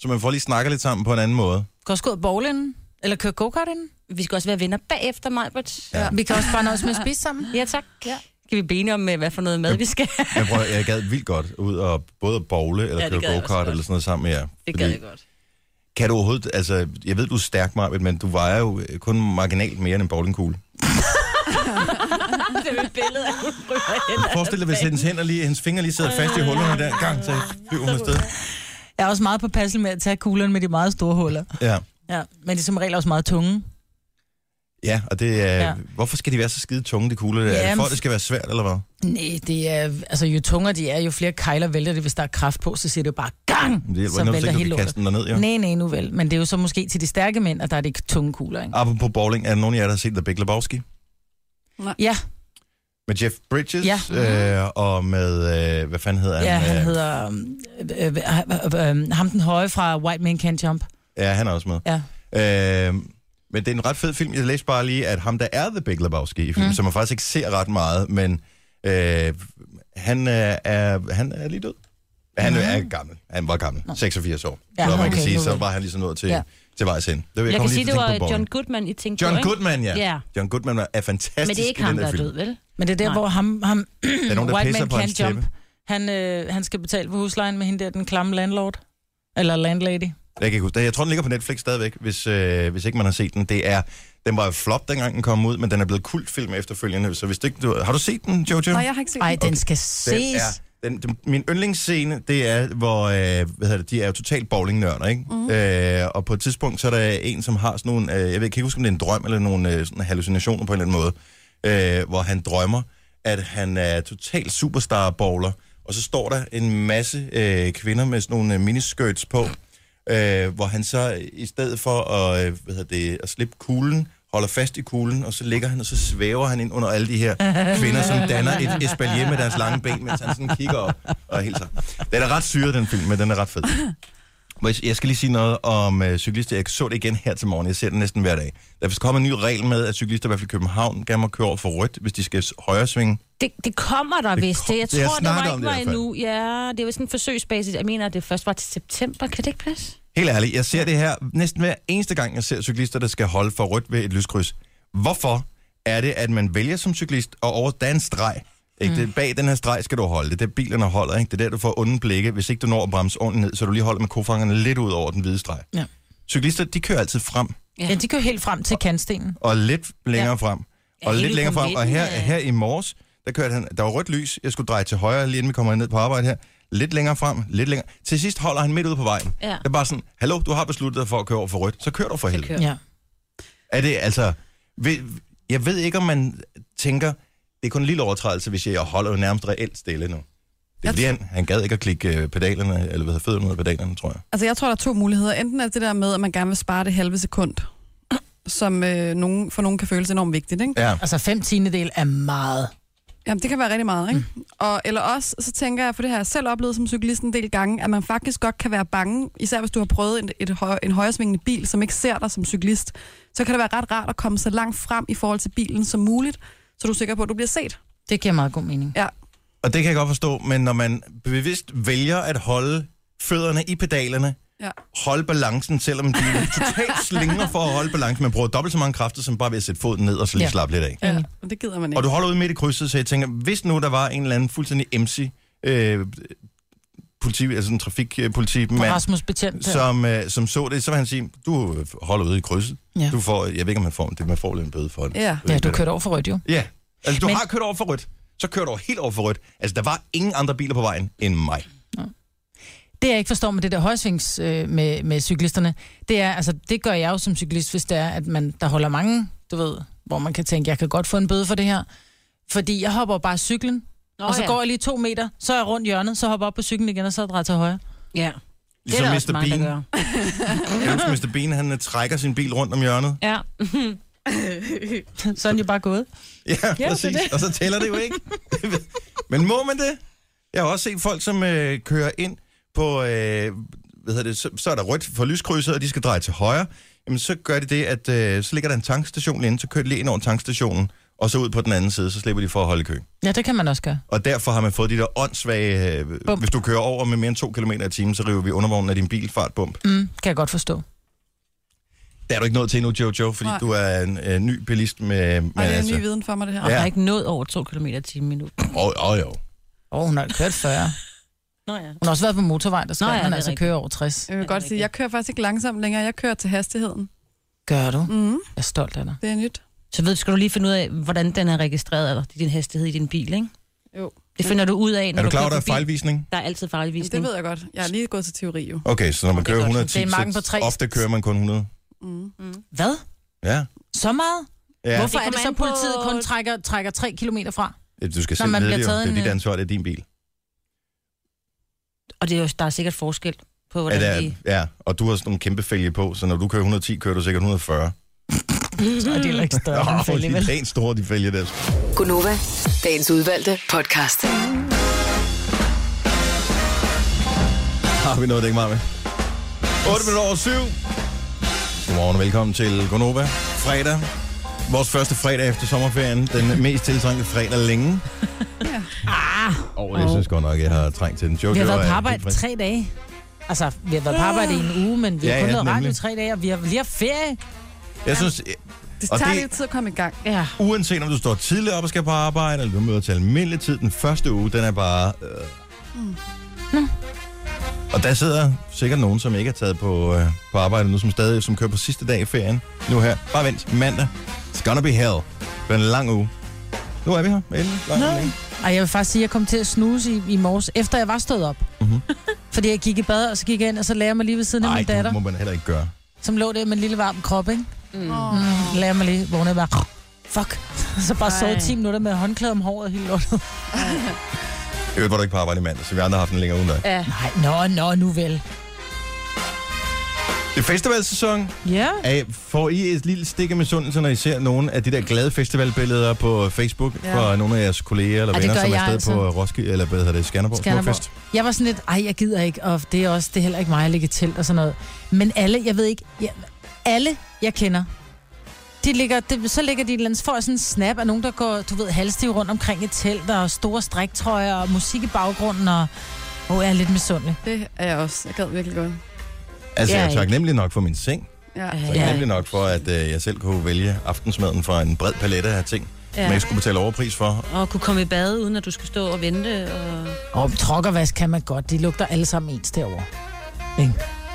A: Så man får lige snakket lidt sammen på en anden måde.
C: Gå også gå ud bowlen, eller køre go-kart inden.
B: Vi skal også være venner bagefter, Majbert.
A: Ja.
C: Vi kan også bare nøjes med at spise sammen.
B: Ja, tak. Ja. Skal vi bene om, øh, hvad for noget mad vi skal have?
A: Jeg, prøver, jeg gad vildt godt ud og både at bowle, eller
B: Ja,
A: ja,
B: det
A: køre
B: gad jeg også
A: go-kart,
B: godt.
A: eller sådan noget sammen med jer.
B: Det
A: Fordi-
B: gad jeg godt.
A: Kan du overhovedet, altså, jeg ved, du er stærk, Marvitt, men du vejer jo øh, kun marginalt mere end en bowlingkugle.
B: Det er et billede af, hun ryger hen.
A: Forestil dig, hvis hendes, hænder lige, hendes fingre lige sidder fast i hullerne der, gang, så flyver hun afsted.
C: Jeg er også meget påpasselig med at tage kuglerne med de meget store huller.
A: Ja.
C: Ja, men de er som regel også meget tunge.
A: Ja, og det er... Ja.
C: Ja.
A: Hvorfor skal de være så skide tunge, de kugler? Ja, er det
C: Jamen,
A: for, at det skal være svært, eller hvad?
C: Nej, det er, altså jo tungere de er, jo flere kejler vælter det, hvis der er kraft på, så siger det jo bare gang,
A: Men Det hjælper
C: så
A: ikke, når du
C: vælter
A: tænker,
C: hele
A: du kan kaste
C: lortet.
A: den derned, jo.
C: Nej, nej, nu vel. Men det er jo så måske til de stærke mænd, at der er de tunge kugler, ikke?
A: Apropos bowling, er der nogen af jer, der har set The Big Lebowski?
C: Ja,
A: Med Jeff Bridges,
C: Ja.
A: øh, og med, øh, hvad fanden hedder
C: ja
A: han?
C: han
A: Øh,
C: hedder... Øh, øh, øh, øh, ham den høje fra White Man Can't Jump.
A: Ja, han er også med.
C: Ja.
A: Øh, men det er en ret fed film. Jeg læste bare lige, at ham, der er The Big Lebowski i filmen, mm. som man faktisk ikke ser ret meget, men øh, han, øh, er, han er lige død. Han mm. er gammel. Han var gammel. 86 år.
C: Ja,
A: så man kan
C: okay,
A: sige,
C: nu
A: så
C: vel.
A: var han ligesom nået til, ja.
C: Ja.
A: til vejs ende. Det,
B: Jeg, jeg
A: kom lige
B: kan sige,
A: til
B: det
A: at
B: var
A: tænke på Borgen.
B: John Goodman, I tænkte
A: John
B: på, ikke?
A: Goodman, ja.
B: Ja.
A: John Goodman er fantastisk
B: Men det er ikke
A: i
B: ham,
A: den
B: der
A: der
B: er
A: film.
B: død, vel?
C: Men det er der,
B: Nej.
C: hvor ham, ham
A: Der er nogen, der
C: White
A: pisser
C: Man
A: på hans
C: Can't Jump,
A: tæppe.
C: han, øh, han skal betale for huslejen med hende der, den klamme landlord. Eller landlady.
A: Jeg, kan ikke huske. det. jeg tror, den ligger på Netflix stadigvæk, hvis, øh, hvis ikke man har set den. Det er, den var jo flop, dengang den kom ud, men den er blevet kultfilm efterfølgende. Så hvis du ikke, du, har du set den, Jojo?
E: Nej, jeg har ikke set
C: Ej,
E: det.
C: den skal
A: Den
C: ses.
A: er, den, den, min yndlingsscene, det er, hvor øh, hvad hedder det, de er jo totalt bowlingnørder, ikke? Mm. Øh, og på et tidspunkt, så er der en, som har sådan nogle, øh, jeg ved jeg kan ikke huske, om det er en drøm eller nogle øh, sådan hallucinationer på en eller anden måde, øh, hvor han drømmer, at han er totalt superstar bowler, og så står der en masse øh, kvinder med sådan nogle øh, miniskirts på, øh, hvor han så i stedet for at, øh, hvad hedder det, at slippe kuglen, holder fast i kuglen, og så ligger han, og så svæver han ind under alle de her kvinder, som danner et espalier med deres lange ben, mens han sådan kigger op og hilser. Den er ret syret, den film, men den er ret fed. Må jeg- Jeg skal lige sige noget om øh, cyklister. Jeg så det igen her til morgen. Jeg ser det næsten hver dag. Der er kommet en ny regel med, at cyklister i hvert fald i København gerne må køre over for rødt, hvis de skal s- højre svinge.
B: Det, det kommer der
A: Det
B: det
A: kom-
B: vist. Det. Jeg
A: Jeg
B: tror, det
A: snakker
B: var
A: om
B: ikke
A: det i
B: var
A: hvert fald.
B: endnu. Ja, det var sådan en forsøgsbasis. Jeg mener, at det først var til september. Kan det ikke passe?
A: Helt ærligt, jeg ser det her næsten hver eneste gang, jeg ser cyklister, der skal holde for rødt ved et lyskryds. Hvorfor er det, at man vælger som cyklist at over der er en streg? Ikke? Det, bag den her streg skal du holde. Det er der, bilerne holder. Ikke? Det er der, du får onde blikke, hvis ikke du når at bremse ordentligt ned, så du lige holder med kofangerne lidt ud over den hvide streg.
C: Ja.
A: Cyklister, de kører altid frem,
C: Ja, de kører helt frem til kantstenen.
A: og lidt længere ja.
C: Ja.
A: frem, og
B: helt
A: lidt længere
B: på
A: frem. Og
B: midten
A: her,
B: af-
A: her i morges, der kørte han, der var rødt lys, jeg skulle dreje til højre, lige inden vi kommer ned på arbejde her. Lidt længere frem, lidt længere. Til sidst holder han midt ude på vejen.
B: Ja.
A: Det er bare sådan, hallo, du har besluttet dig for at køre over for rødt, så kør du for helvede.
B: kører.
C: Ja.
A: Er det altså... Ved, jeg ved ikke, om man tænker, det er kun en lille overtrædelse, hvis jeg holder jo nærmest reelt stille nu. Det er
E: Jeg
A: fordi, han, han gad ikke at klikke øh, pedalerne, eller hvad hedder fødderne ud af pedalerne, tror jeg.
E: Altså, jeg tror, der er to muligheder. Enten er det det der med, at man gerne vil spare det halve sekund, som øh, nogen, for nogen kan føles enormt vigtigt, ikke?
A: Ja.
C: Altså fem tiendedel er meget.
E: Jamen, det kan være rigtig meget, ikke? Mm. Og, eller også, så tænker jeg, for det har jeg selv oplevet som cyklist en del gange, at man faktisk godt kan være bange, især hvis du har prøvet en, et høj, en højresvingende bil, som ikke ser dig som cyklist, så kan det være ret rart at komme så langt frem i forhold til bilen som muligt, så du er sikker på, at du bliver set.
C: Det giver meget god mening.
E: Ja.
A: Og det kan jeg godt forstå, men når man bevidst vælger at holde fødderne i pedalerne,
E: Ja.
A: holde balancen, selvom de totalt slinger for at holde balancen. Man bruger dobbelt så mange kræfter, som bare ved at sætte foden ned og så lige ja.
C: Ja.
A: slappe lidt af.
E: ja. Og det gider man ikke.
A: Og du holder ud midt i krydset, så jeg tænker, hvis nu der var en eller anden fuldstændig MC, øh, politi, altså en trafikpolitimand,
C: Rasmus Betjent. der.
A: som, øh, som så det, så vil han sige, du øh, holder ude i krydset. Ja.
C: Ja.
A: Du får, jeg ved ikke, om man får det, man får lidt en bøde for det.
E: Ja.
A: Jeg ved
C: Ja,
A: ikke,
C: du
A: hvad
C: kørte over for rødt jo.
A: det er. Ja, altså du Men...
C: Men-
A: har kørt over for rødt, så kører du over- helt over for rødt. Altså der var ingen andre biler på vejen end mig.
C: Det, jeg ikke forstår med det der højsvings øh, med, med cyklisterne, det er, altså, det gør jeg jo som cyklist, hvis det er, at man, der holder mange, du ved, hvor man kan tænke, jeg kan godt få en bøde for det her. Fordi jeg hopper bare af cyklen,
B: Nå,
C: oh, og så ja. går jeg lige to meter, så er jeg rundt hjørnet, så hopper jeg op på cyklen igen, og så drejer til højre.
B: Ja.
A: Ligesom
B: der
A: Mr. Bean. Jeg husker, Mr. Bean, han øh, trækker sin bil rundt om hjørnet.
B: Ja.
C: Så er den jo bare gået.
A: Ja, ja præcis. Det. Og så tæller det jo ikke. Men må man det? Jeg har også set folk, som øh, kører ind på... Øh, hvad hedder det, så, så er der rødt for lyskrydset, og de skal dreje til højre. Jamen, så gør de det, at øh, så ligger der en tankstation inde, så kører de lige ind over tankstationen, og så ud på den anden side, så slipper de for at holde i kø.
C: Ja, det kan man også gøre.
A: Og derfor har man fået de der åndssvage... Øh,
C: Bump.
A: hvis du kører over med mere end 2 km i timen, så river vi undervognen af din bil fartbump.
C: Mm, kan jeg godt forstå.
A: Der er du ikke nået til endnu, Jojo, fordi Nej.
E: Nej.
A: du er en øh, ny bilist med... altså- med
E: Ej, det er ny viden for mig, det her.
B: Jeg
A: Ja.
B: har ikke nået over 2 km i timen endnu.
A: Åh, oh, jo.
C: Åh, oh, hun har kørt 40. Hun
B: Nå ja.
C: har også været på motorvej, der skal
B: Nå ja,
C: Nå, ja,
B: det
C: man
B: er
C: altså
B: rigtigt.
C: køre over 60.
E: Jeg vil godt sige, jeg kører faktisk ikke langsomt længere. Jeg kører til hastigheden.
C: Gør du?
E: Mm,
C: Jeg er stolt af dig.
E: det er nyt.
B: Så ved, skal du lige finde ud af, hvordan den er registreret, eller din hastighed i din bil, ikke?
E: Jo.
B: Det finder du ud af, når
A: Er du klar
B: kører
A: over, der er
B: forbi.
A: fejlvisning?
B: Der er altid
E: Jamen, det
B: fejlvisning.
E: ved jeg godt. Jeg er lige gået til teori jo.
A: Okay, så når man
C: Det er
A: kører
C: godt.
A: 110,
C: Det er marken på
A: så
C: tre.
A: ofte kører man kun 100.
E: Mm.
C: Hvad?
A: Ja.
C: Så meget?
A: Ja.
C: Hvorfor
B: Det
C: er det
B: kommer
C: så, at
B: an på-
C: politiet kun trækker, trækker 3 km fra?
A: Du skal
C: Når
A: selv
C: man
A: ned,
C: bliver
A: det, jo.
C: taget
A: det er
C: en,
A: dit
C: øh,
A: ansvar, det er din bil.
B: Og det er jo, der er sikkert forskel
C: Mm.
B: på, hvordan
A: ja,
B: ja,
A: det
B: de...
A: er, ja, og du har sådan nogle kæmpe fælge på, så når du kører 110, kører du sikkert 140.
C: Så er det heller ikke større
A: Åh,
C: end en
A: oh, de
C: fælge, vel?
A: er pænt store, de fælge der.
D: Gunova, dagens udvalgte podcast.
A: Har vi noget, det ikke meget med? 8 minutter over 7. Godmorgen og velkommen til Gonova. Fredag. Vores første fredag efter sommerferien. Den mest tiltrængte fredag længe.
E: Ja.
A: Og oh, jeg synes godt nok, jeg har trængt til den. Jojo
C: Vi har
A: er
C: været på
A: helt
C: arbejde
A: frisk.
C: tre dage. Altså, vi har været på arbejde i en uge, men vi har
A: Ja,
C: ja, kun
A: ja,
C: ja, lavet radio i
A: nemlig.
C: tre dage, og vi har lige haft ferie.
A: Jeg synes,
E: Det
A: Og
E: tager
A: det-
E: lidt tid at komme i gang.
C: Ja.
A: uanset om du står tidligere op og skal på arbejde, eller du møder til almindelig tid, den første uge, den er bare... Øh. Og der sidder sikkert nogen, som ikke er taget på, øh, på arbejde nu, som stadig som kører på sidste dag i ferien. Nu her. Bare vent. Mandag. It's gonna be hell. Det er en lang uge. Nu er vi her. Endelig. Lang uge.
C: Og jeg vil faktisk sige, at jeg kom til at snuse i, i morges, efter jeg var stået op.
A: Mhm.
C: Mm-hmm. Fordi jeg gik i bad, og så gik jeg ind, og så lagde jeg mig lige ved siden af
A: Nej,
C: min
A: det
C: datter,
A: må man heller ikke gøre.
C: som lå der med en lille varm krop, ikke?
E: Mm.
C: Mm, lagde jeg mig lige, vågnede bare, fuck. Så bare
B: Ej.
C: sov 10 minutter med håndklæde om håret helt lortet.
A: Jeg var du ikke på arbejde i mandag, så vi andre har haft en længere uge end dig.
B: Ja.
C: Nej, nå, nå, nu vel.
A: Det er festivalsæson.
C: Ja.
A: Er- Får I et lille stik af misundelse, når I ser nogle af de der glade festivalbilleder på Facebook ja.
E: Ja.
A: fra nogle af jeres kolleger eller
C: Ej, det
A: venner,
C: gør
A: som er
C: jeg
A: afsted
C: altså.
A: på Roskilde, eller hvad hedder det, Skanderborg,
C: Skanderborg.
A: Skanderborg.
C: Jeg var sådan lidt, ej, jeg gider ikke, og det er, også, det er heller ikke mig at ligge i telt og sådan noget. Men alle, jeg ved ikke, jeg, alle jeg kender, de ligger, det, så ligger de et eller andet, så får jeg sådan en snap af nogen, der går, du ved, halvstiv rundt omkring et telt, og store striktrøjer, og musik i baggrunden, og åh, jeg er lidt misundelig.
E: Det er jeg også. Jeg gad virkelig godt.
A: Altså,
C: Ja,
A: jeg er
C: ikke?
A: taknemmelig nok for min seng.
E: Ja.
B: Øh.
A: Jeg er taknemmelig nok for, at øh, jeg selv kunne vælge aftensmaden fra en bred palette af ting, ja. man
B: ja.
A: ikke skulle betale overpris for.
B: Og kunne komme i bad, uden at du skulle stå og vente. Og...
C: Og trokkervask kan man godt, de lugter alle sammen ens derovre.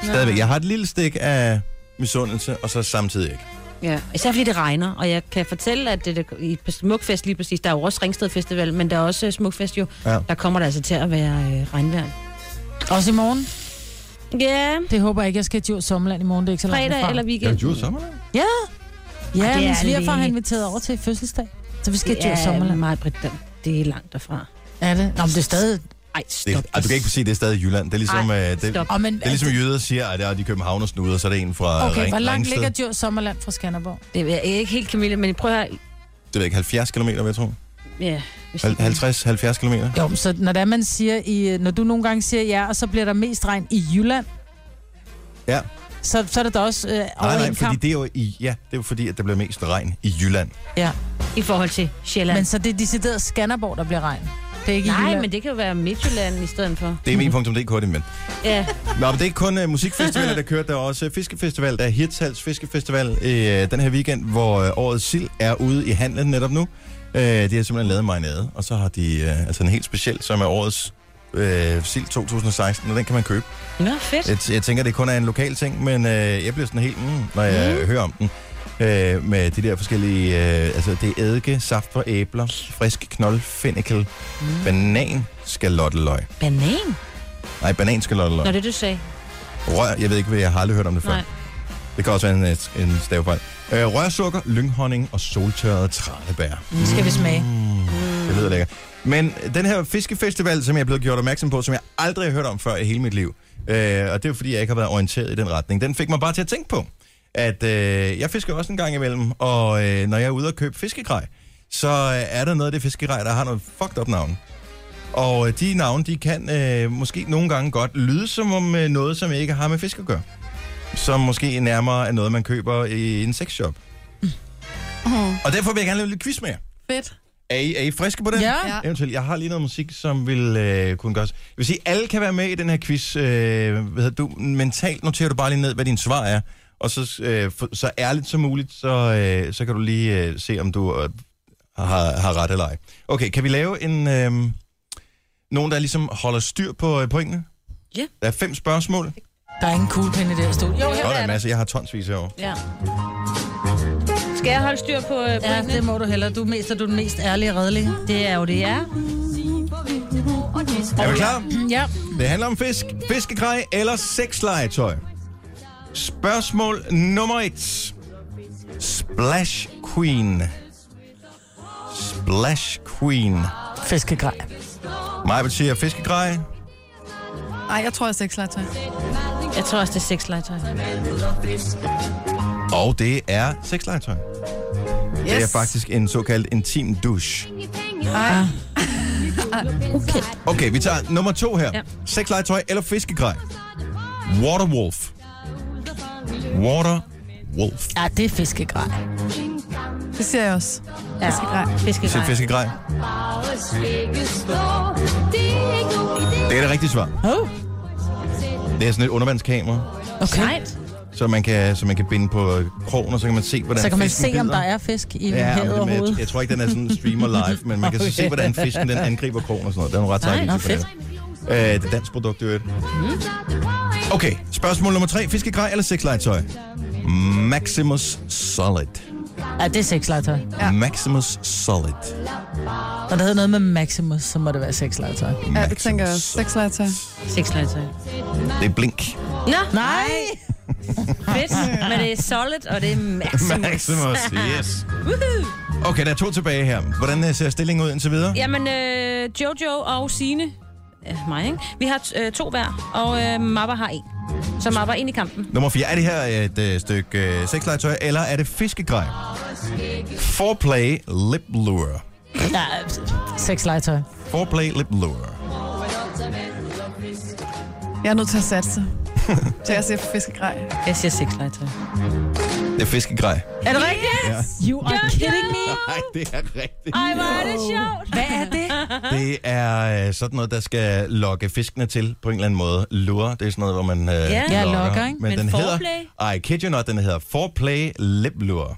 A: Stadigvæk, jeg har et lille stik af misundelse, og så samtidig ikke.
B: Ja. Især fordi det regner, og jeg kan fortælle, at det, det, i Smukfest lige præcis, der er jo også Ringsted Festival, men der er også øh, Smukfest jo,
A: Ja.
B: ja. der kommer der altså til at være øh, regnvejr.
C: Også i morgen.
B: Ja,
C: Det håber jeg ikke, jeg skal til Djurs Sommerland i morgen, det er ikke så langt
B: fredag
C: herfra.
B: eller
A: Jeg
B: weekend.
A: er jo sommerland.
C: Ja,
B: Ej,
C: ja
B: det
C: min
B: er
C: svigerfar har
B: lidt-
C: inviteret over til fødselsdag. Så vi skal til
B: Det
C: Djurs
B: er
C: Sommerland.
B: meget bredt, det er langt derfra.
C: Er det? Nå, men det er stadig...
B: Ej,
A: Det,
B: stop.
A: er- ej, du kan ikke sige, at det er stadig Jylland. Det er ligesom, øh, det, det
B: stop.
C: Oh, men,
A: er ligesom jøder siger, at det er de københavner snuder, så er det en fra
C: Okay,
A: Ring-
C: hvor langt
A: Ringsted.
C: ligger Djurs Sommerland fra Skanderborg?
B: Det er ikke helt Camille, men prøv at høre.
A: Det er ikke 70 km, vil jeg tro.
B: Ja, hvis
A: Hal- 50, 70 km.
C: Jo, men så når, der man siger i, når du nogle gange siger ja, og så bliver der mest regn i Jylland,
A: Ja.
C: så, så er det da også øh, over
A: Nej, nej,
C: en
A: fordi
C: kamp.
A: det er jo i, ja, det er jo fordi, at der bliver mest regn i Jylland.
C: Ja.
B: i forhold til Sjælland.
C: Men så det er decideret Skanderborg, der bliver regn. Det er ikke i
B: Nej,
C: Jylland.
B: men det kan jo være Midtjylland i stedet for.
A: Det er min.dk, det men.
B: Ja,
A: Nå, men det er ikke kun uh, musikfestivaler, der kører. Der er også uh, fiskefestival. Der er Hirtshals Fiskefestival uh, den her weekend, hvor uh, årets sild er ude i handlen netop nu. Uh, de har simpelthen lavet marinade, og så har de uh, altså en helt speciel, som er årets uh, sild 2016, og den kan man købe.
B: Nå, fedt.
A: Jeg, jeg tænker, det kun er en lokal ting, men øh, jeg bliver sådan helt, mm, når jeg mm. hører om den. Øh, med de der forskellige, øh, altså det er eddike, saft fra æbler, frisk knold, fennikel, mm. banan, skalotteløg.
B: Banan?
A: Nej, banan
B: Nå,
A: skalotteløg.
B: det er det, du sagde.
A: Rør, jeg ved ikke, hvad jeg har aldrig hørt om det før.
B: Nej.
A: Det kan også være en, øh, en stavefejl. Øh, rørsukker, lynghonning og soltørrede tranebær.
C: det skal vi smage.
A: Det lyder lækkert. Men den her fiskefestival, som jeg er blevet gjort opmærksom på, som jeg aldrig har hørt om før i hele mit liv, øh, og det er jo fordi, jeg ikke har været orienteret i den retning, den fik mig bare til at tænke på, at øh, jeg fisker også en gang imellem, og øh, når jeg er ude og købe fiskegrej, så øh, er der noget af det fiskegrej, der har noget fucked up navn. Og øh, de navne, de kan øh, måske nogle gange godt lyde som om øh, noget, som ikke har med fisk at gøre. Som måske nærmere er noget, man køber i en sexshop.
E: Mm.
A: Og derfor vil jeg gerne lave en lille quiz med jer.
E: Fedt.
A: Er I, er I friske på den?
C: Ja.
E: Ja.
A: Eventuelt. Jeg har lige noget musik, som vil øh, kunne gøres. Jeg vil sige, alle kan være med i den her quiz. Øh, hvad hedder du? Mentalt noterer du bare lige ned, hvad din svar er. Og så, øh, for, så ærligt som muligt, så, øh, så kan du lige øh, se, om du øh, har, har ret eller ej. Okay, kan vi lave en... Øh, nogen, der ligesom holder styr på øh, pointene?
B: Ja.
A: Der er fem spørgsmål.
C: Der er ingen kuglepen i det her studie. Jo, her
A: Godt, en
C: er det.
A: masse. Jeg har tonsvis herovre.
B: Ja. Skal jeg holde styr på øh,
C: Ja,
B: ja,
C: det må du hellere. Du er, mest, er du den mest ærlige og redelige.
B: Det er jo det, ja.
A: Er vi klar?
C: Ja.
A: Det handler om fisk, fiskegrej eller sexlegetøj. Spørgsmål nummer et. Splash Queen. Splash Queen.
C: Fiskegrej.
A: Maja vil sige fiskegrej.
E: Nej, jeg tror, jeg er sexlegetøj.
B: Jeg tror også, det er sexlegetøj.
A: Og det er sexlegetøj. Yes. Det er faktisk en såkaldt intim douche.
E: Ej,
B: Okay.
A: Okay, vi tager nummer to her. Ja.
B: Ja.
A: Sexlegetøj eller fiskegrej. Waterwolf. Waterwolf.
C: Ja, det er fiskegrej.
E: det ser jeg også.
B: Ja.
E: Fiskegrej.
A: Til
B: Fiskegrej.
A: fiskegrej. Det er det rigtige svar.
C: Oh,
A: Det er sådan et undervandskamera,
C: okay.
B: Sejt.
A: så man kan, så man kan binde på krogen, og så kan man se, hvordan
C: Så kan man
A: fisken
C: se, om
A: bider.
C: der er fisk i ja,
A: Ja, men
C: havet
A: det med, jeg,
C: overhovedet.
A: jeg tror ikke, den er sådan streamer live, men man kan så se,
C: Okay.
A: hvordan fisken den angriber krogen og sådan noget. Det er nogle ret
B: Nej,
A: takket
B: nå,
A: til det. Øh, det er dansk produkt, det
C: Mhm.
A: Okay, spørgsmål nummer tre. Fiskegrej eller sexlegetøj? Maximus Solid.
C: Ja, det er sexlegetøj.
E: Ja.
A: Maximus Solid.
C: Når der hedder noget med Maximus, så må det være sexlegetøj.
E: Ja, det tænker jeg også.
A: Maximus.
E: Sexlegetøj.
B: Sexlegetøj.
A: Det er blink.
B: Nå,
C: Nej!
B: fedt. Men det er solid, og det er maximus.
A: Maximus, yes.
B: Woohoo!
A: Okay, der er to tilbage her. Hvordan øh, ser stillingen ud indtil videre?
B: Jamen, øh, Jojo og Sine. Øh, mig, ikke? Vi har øh, to hver, og øh, Mapper har en. Så Mapper ind i kampen.
A: Nummer 4. Er det her et øh, stykke øh, sexlegetøj, eller er det fiskegrej? Foreplay Lip Lure.
C: Ja, sexlegetøj.
A: Foreplay Lip Lure.
E: Jeg er nødt til at satse. Så jeg siger fiskegrej.
B: Jeg siger sexlegetøj.
A: Det er fiskegrej.
B: Er det rigtigt?
A: Ja.
C: You are kidding me!
A: Nej, det er rigtigt.
B: Ej, hvor er det sjovt.
C: Hvad er det?
A: Det er øh, sådan noget, der skal lokke fiskene til på en eller anden måde. Lure, det er sådan noget, hvor man øh,
B: Ja,
C: lokker, ikke?
A: Men,
B: Men
A: den
B: foreplay?
A: hedder... Ej, kid you not, den hedder Foreplay Lip Lure.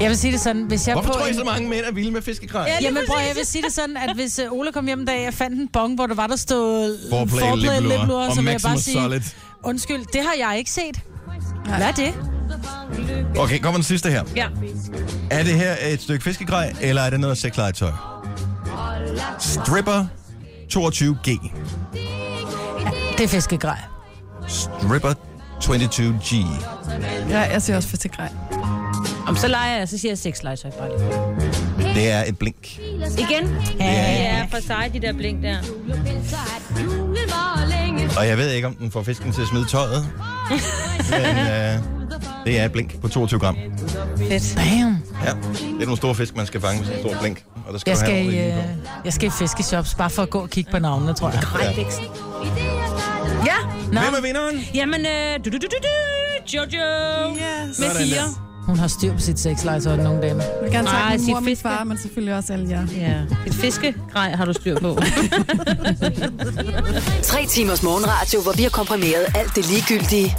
C: Jeg vil sige det sådan, hvis jeg
A: Hvorfor
C: på
A: tror I
C: en...
A: så mange mænd er vilde med fiskegrej?
B: Ja, lige
C: Jamen prøv,
B: præcis.
C: jeg vil sige det sådan, at hvis øh, Ole kom hjem en dag, jeg fandt en bong, hvor der var, der stod
A: Foreplay, Lip Lure og
C: så vil jeg bare
A: Maximus
C: sige,
A: Solid.
C: undskyld, det har jeg ikke set. Hvad er det?
A: Okay, kommer den sidste her.
B: Ja.
A: Er det her et stykke fiskegrej, eller er det noget sexlegetøj? Stripper 22G.
C: Det er fiskegrej.
A: Stripper 22G.
E: Ja, jeg siger også fiskegrej.
B: Om så leger jeg, så siger jeg sexlegetøj bare lige.
A: Det er et blink.
B: Igen?
C: Ja,
B: Ja, for sig, de der blink der.
A: Og jeg ved ikke, om den får fisken til at smide tøjet. Men øh, det er et blink på 22 gram.
B: Fedt.
C: Damn.
A: Ja, det er nogle store fisk, man skal fange med sådan en stor blink. Og der skal
C: Jeg
A: du have
C: skal, i,
A: ordentligt
C: øh,
A: indenpå.
C: jeg skal i fiskeshops, bare for at gå og kigge på navnene, tror jeg.
B: Ja.
C: Nå,
A: Hvem er vinderen?
B: Jamen, øh, du, du, du, du, du, Jojo.
E: Yes.
B: Med
A: Sådan
B: fire.
A: der.
C: hun har styr på sit sexlegetøj nogle dage.
E: Jeg vil gerne
B: Nej,
E: takke min
B: sige
E: mor og min
B: fiske.
E: far, men selvfølgelig også alle jer.
B: Ja, et fiskegrej har du styr på.
D: Tre timers morgenradio, hvor vi har komprimeret alt det ligegyldige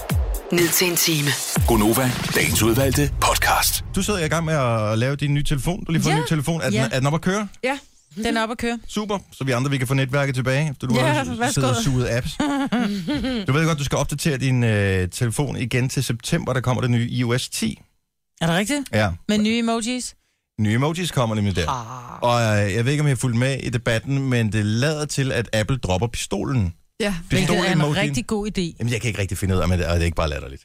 D: ned til en time.
F: Gonova, dagens udvalgte podcast.
A: Du sidder i gang med at lave din nye telefon. Du har lige fået ja.
C: Ja.
A: en ny telefon. Er den,
C: Ja.
A: er den op at køre?
C: Ja, den er oppe at køre.
A: Super, så vi andre vi kan få netværket tilbage, efter du
C: Ja,
A: har
C: værsgo.
A: siddet og suget apps. Du ved godt, du skal opdatere din øh, telefon igen til september, der kommer det nye iOS 10.
C: Er det rigtigt?
A: Ja,
C: Med nye emojis?
A: nye emojis kommer nemlig der.
C: Ah.
A: Og øh, jeg ved ikke, om jeg har fulgt med i debatten, men det lader til, at Apple dropper pistolen.
E: Ja.
C: Hvilket er en
A: Pistolemojien.
C: rigtig god idé.
A: Jamen, jeg kan ikke rigtig finde ud af, om det, og det er ikke bare latterligt.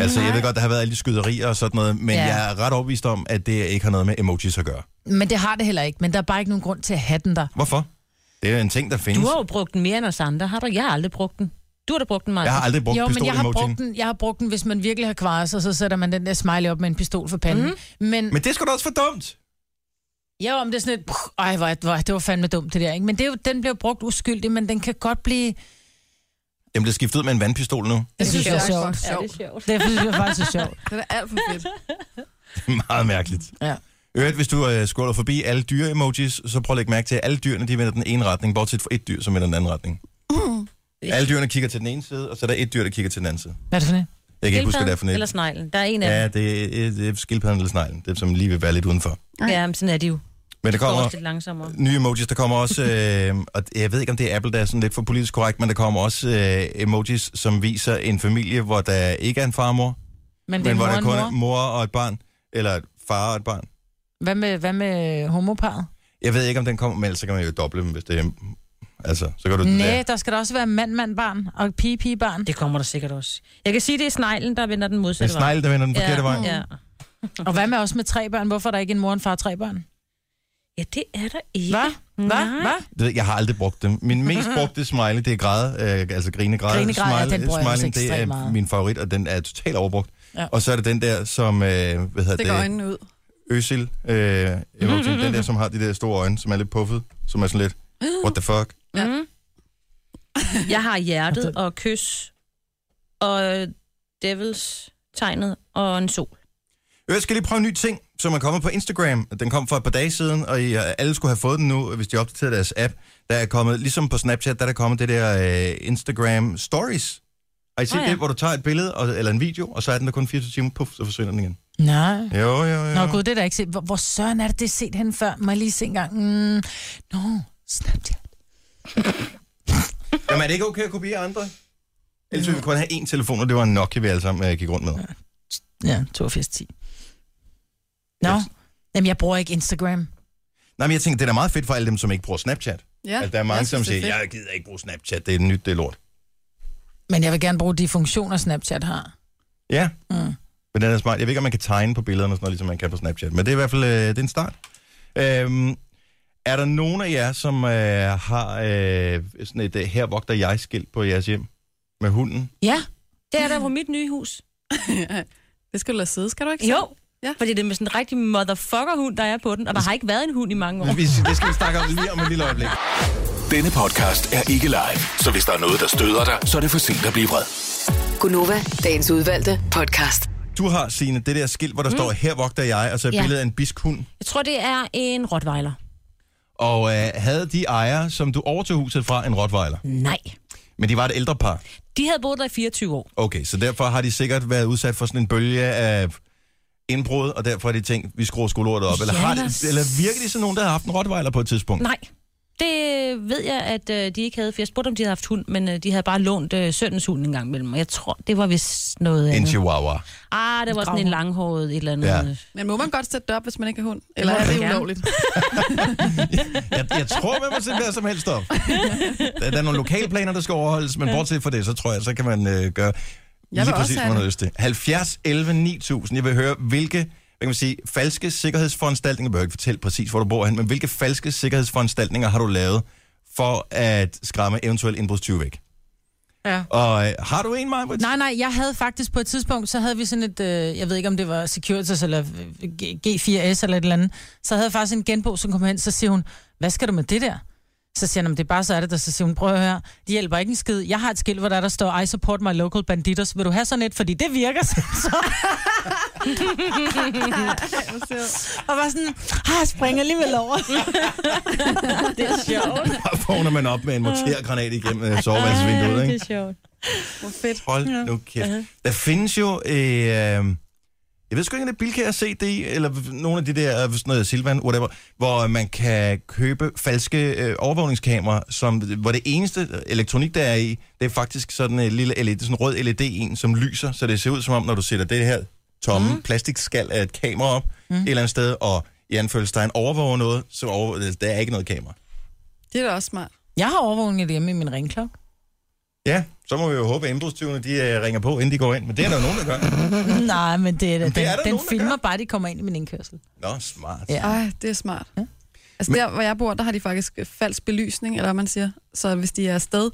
A: Altså, jeg ved godt, der har været alle de skyderier og sådan noget, men ja.
C: Ja.
A: jeg er ret overbevist om, at det ikke har noget med emojis at gøre.
C: Men det har det heller ikke, men der er bare ikke nogen grund til at have den der.
A: Hvorfor? Det er en ting, der
B: Du
A: findes.
B: har jo brugt den mere end os andre, har du? Jeg har aldrig brugt den. Du har da brugt den meget.
A: Jeg har aldrig brugt
C: Jo, men jeg har,
A: pistol-emojien.
C: brugt den, jeg har brugt den, hvis man virkelig har kvaret sig, så sætter man den der smiley op med en pistol for panden.
A: Mm-hmm.
C: Mm. Men,
A: Men det er sgu da også for dumt.
C: jo, om det er sådan et... Puh, ej, hvor, er- hvor, er- det var fandme dumt, det der. Ikke? Men det, er jo- den bliver brugt uskyldig, men den kan godt blive...
A: Jamen, det er skiftet ud med en vandpistol nu.
C: Jeg synes, det er
E: sjovt.
C: sjovt.
B: Ja, det er sjovt.
C: Det synes jeg faktisk er sjovt.
E: Det er alt for fedt.
A: Meget mærkeligt.
C: Ja.
A: Øvrigt, hvis du øh, scroller forbi alle dyre-emojis, så prøv at lægge mærke til, at alle dyrene de vender den ene retning, bortset fra et dyr, som vender den anden retning. Mm. Alle dyrene kigger til den ene side, og så er der et dyr, der kigger til den anden side.
C: Hvad er det for det?
A: Jeg kan ikke huske, hvad det er for
B: Skildpadden Eller
A: noget.
B: sneglen. Der er en af
A: Ja,
B: dem.
A: det er, øh, det er skildpadden eller sneglen, det er, som lige vil være lidt udenfor.
B: Ja, men sådan er de jo.
A: Men der
B: Det går
A: kommer
B: også lidt langsommere.
A: nye emojis, der kommer også, øh, og jeg ved ikke, om det er Apple, der er sådan lidt for politisk korrekt, men der kommer også øh, emojis, som viser en familie, hvor der ikke er en far og mor,
C: Men det
A: men
C: er en
A: hvor
C: mor,
A: der
C: og en
A: kun er
C: mor.
A: mor og et barn, eller et far og et barn.
C: Hvad med, hvad med homoparet?
A: Jeg ved ikke, om den kommer, men ellers så kan man jo doble dem, hvis det er... Altså, så kan du...
C: Nej, der skal da også være mand-mand-barn og pige-pige-barn.
B: Det kommer der sikkert også. Jeg kan sige, det er sneglen, der vender den
A: Det er
B: modsatte vej.
A: snegl, der vender den forkerte vej.
B: Ja.
C: Og hvad med også med tre børn? Hvorfor er der ikke en mor, en far og tre børn?
B: ja, det er der ikke.
C: Hvad? Hvad?
B: Nej.
C: Hvad?
A: Det ved jeg, jeg har aldrig brugt dem. Min mest brugte smiley, det er græde, øh, altså grine græde.
C: Grinegræd, ja, den bruger jeg også
A: smiling, det er
C: ekstremt meget.
A: min favorit, og den er totalt overbrugt.
C: Ja.
A: Ja. Og så er det den der, som, øh, hvad hedder
E: Det
A: det,
E: går øjnene ud.
A: Øsil, øh, emoji, den der, som har de der store øjne, som er lidt puffet, som er sådan lidt, what the fuck?
B: Mm. Jeg har hjertet og kys og devils tegnet og en sol.
A: Jeg skal lige prøve en ny ting, som er kommet på Instagram. Den kom for et par dage siden, og I, øh, alle skulle have fået den nu, hvis de opdaterede deres app. Der er kommet, ligesom på Snapchat, der er der kommet det der øh, Instagram Stories. Har I set
B: Nå
A: oh,
B: ja.
A: ja. det, hvor du tager et billede og, eller en video, og så er den der kun 24 timer, puff, så forsvinder den igen.
C: Nej.
A: Jo, jo, jo.
C: Nå gud, det er der ikke set. Hvor, hvor søren er det, det er set hen før? Må jeg lige se en gang? Mm. Nå, Snapchat.
A: Jamen, er det ikke okay at kopiere andre? Ellers ville vi kun have én telefon, og det var en Nokia, vi alle sammen øh, gik rundt med.
C: Ja, 8210. Nå,
A: Yes.
C: jamen jeg bruger ikke Instagram.
A: Nej, men jeg tænker, det er da meget fedt for alle dem, som ikke bruger Snapchat.
E: Ja,
A: altså, der er mange,
E: jeg
A: som
E: synes, det er
A: siger,
E: fedt.
A: jeg gider ikke bruge Snapchat, det er nyt, det er lort.
C: Men jeg vil gerne bruge de funktioner, Snapchat har.
A: Ja,
C: Mm.
A: men den er smart. Jeg ved ikke, om man kan tegne på billederne, og sådan noget, ligesom man kan på Snapchat, men det er i hvert fald øh, det er en start. Øhm, er der nogen af jer, som øh, har øh, sådan et øh, her vogter jeg-skilt på jeres hjem med hunden?
C: Ja,
B: Det er der på mit nye hus.
E: Det skal du lade sidde, skal du ikke?
B: Jo,
E: Ja.
B: ja. fordi det er med sådan en rigtig motherfucker-hund, der er på den, og der har ikke været en hund i mange år.
A: Vi, det skal vi snakke om lige om et lille øjeblik.
F: Denne podcast er ikke live, så hvis der er noget, der støder dig, så er det for sent at blive vred.
D: Gunova, dagens udvalgte podcast.
A: Du har, Signe, det der skilt, hvor der mm. står, her vogter jeg, og så et
B: Ja.
A: ja. billede af en bisk hund.
B: Jeg tror, det er en rottweiler.
A: Og øh, havde de ejere, som du overtog huset fra, en Rottweiler?
B: Nej.
A: Men de var et ældre par.
B: De havde boet der i 24 år.
A: Okay, så derfor har de sikkert været udsat for sådan en bølge af indbrud, og derfor har de tænkt, vi skruer sgu lortet op. Eller, har de,
B: Yes.
A: eller virker de sådan nogen, der har haft en Rottweiler på et tidspunkt?
B: Nej. Det ved jeg, at øh, de ikke havde, for jeg spurgte, om de havde haft hund, men øh, de havde bare lånt øh, søndens hund en gang imellem, og jeg tror, det var vist noget
A: En
B: andet.
A: chihuahua.
B: Ah, det var sådan en
C: gravhund.
B: langhåret et eller andet.
A: Ja.
B: Ja.
E: Men må man godt sætte det op, hvis man ikke har hund? Eller
B: må
E: er
B: man
E: det
B: gerne.
E: ulovligt?
A: Jeg, jeg tror, man må sætte hvad som helst op. Der, der er nogle lokalplaner, der skal overholdes, men bortset fra det, så tror jeg, så kan man øh, gøre
E: vil
A: lige
E: også
A: præcis,
E: have
A: hvad man har
E: det.
A: lyst til. 70, 11, 9000. Jeg vil høre, hvilke hvad kan man sige, falske sikkerhedsforanstaltninger, jeg behøver ikke fortælle præcis, hvor du bor hen, men hvilke falske sikkerhedsforanstaltninger har du lavet for at skræmme eventuelle indbrudstyve væk?
C: Ja.
A: Og øh, har du en, Maja?
C: Nej, nej, jeg havde faktisk på et tidspunkt, så havde vi sådan et, øh, jeg ved ikke om det var Securitas eller øh, G- G4S eller et eller andet, så havde jeg faktisk en genbo, som kom hen, så siger hun, hvad skal du med det der? Så siger han, "Jamen, det er bare så er det der. Så siger hun, prøv at høre, de hjælper ikke en skid. Jeg har et skilt, hvor der, der står, I support my local banditos. Vil du have sådan et? Fordi det virker så. og var sådan, ah, jeg springer alligevel over.
B: Det er sjovt.
A: Og vågner man op med en mortergranat igennem øh, soveværelsesvinduet, ikke?
B: det er sjovt.
E: Hvor fedt.
A: Hold nu kæft. Der findes jo... Øh, jeg ved sgu ikke, om det er Bilka, jeg har set det i, eller nogle af de der, øh, sådan noget Silvan, whatever, hvor man kan købe falske øh, overvågningskameraer, som, hvor det eneste elektronik, der er i, det er faktisk sådan en lille LED, sådan en rød LED en, som lyser, så det ser ud som om, når du sætter det her tomme mm. plastikskal af et kamera op mm. et eller andet sted, og i anfølgelsestegn overvåger noget, så over, der er ikke noget kamera.
E: Det er da også smart.
C: Jeg har overvågning hjemme i min ringklokke.
A: Ja, så må vi jo håbe, at indbrudstyvene de øh, ringer på, inden de går ind. Men det er der jo nogen, der gør.
C: Nej, men det, er, den,
A: det er der
C: den
A: nogen, der
C: filmer
A: gør.
C: bare, de kommer ind i min indkørsel.
A: Nå, smart.
C: Ja.
E: Ej, det er smart.
C: Ja.
E: Altså der, hvor jeg bor, der har de faktisk øh, falsk belysning, eller hvad man siger. Så hvis de er afsted,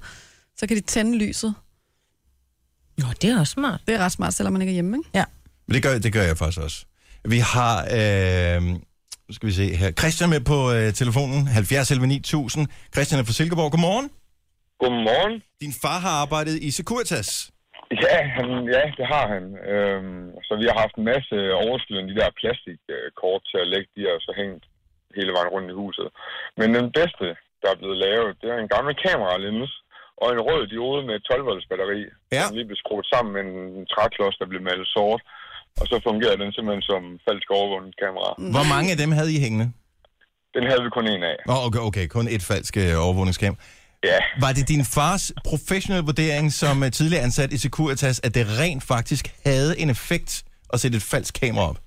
E: så kan de tænde lyset.
B: Nå, det er også smart.
E: Det er ret smart, selvom man ikke er hjemme, ikke?
A: Men det gør, det gør jeg faktisk også. Vi har, øh, nu skal vi se her, Christian med på øh, telefonen, 70 11 9000. Christian er fra Silkeborg, godmorgen.
G: Godmorgen.
A: Din far har arbejdet i Securitas.
G: Ja, han, ja det har han. Øhm, så vi har haft en masse overskydende de der plastikkort til at lægge. De har så hængt hele vejen rundt i huset. Men den bedste, der er blevet lavet, det er en gammel kameralins og en rød diode med et 12 volts batteri,
A: Ja.
G: som lige blev skruet sammen med en træklods, der blev malet sort. Og så fungerer den simpelthen som falsk overvågningskamera.
A: Hvor mange af dem havde I hængende?
G: Den havde vi kun en af.
A: Nå, okay, okay, kun et falsk øh, overvågningskamera.
G: Ja,
A: Var det din fars professionelle vurdering som øh, tidligere ansat i Securitas, at det rent faktisk havde en effekt at sætte et falsk kamera op?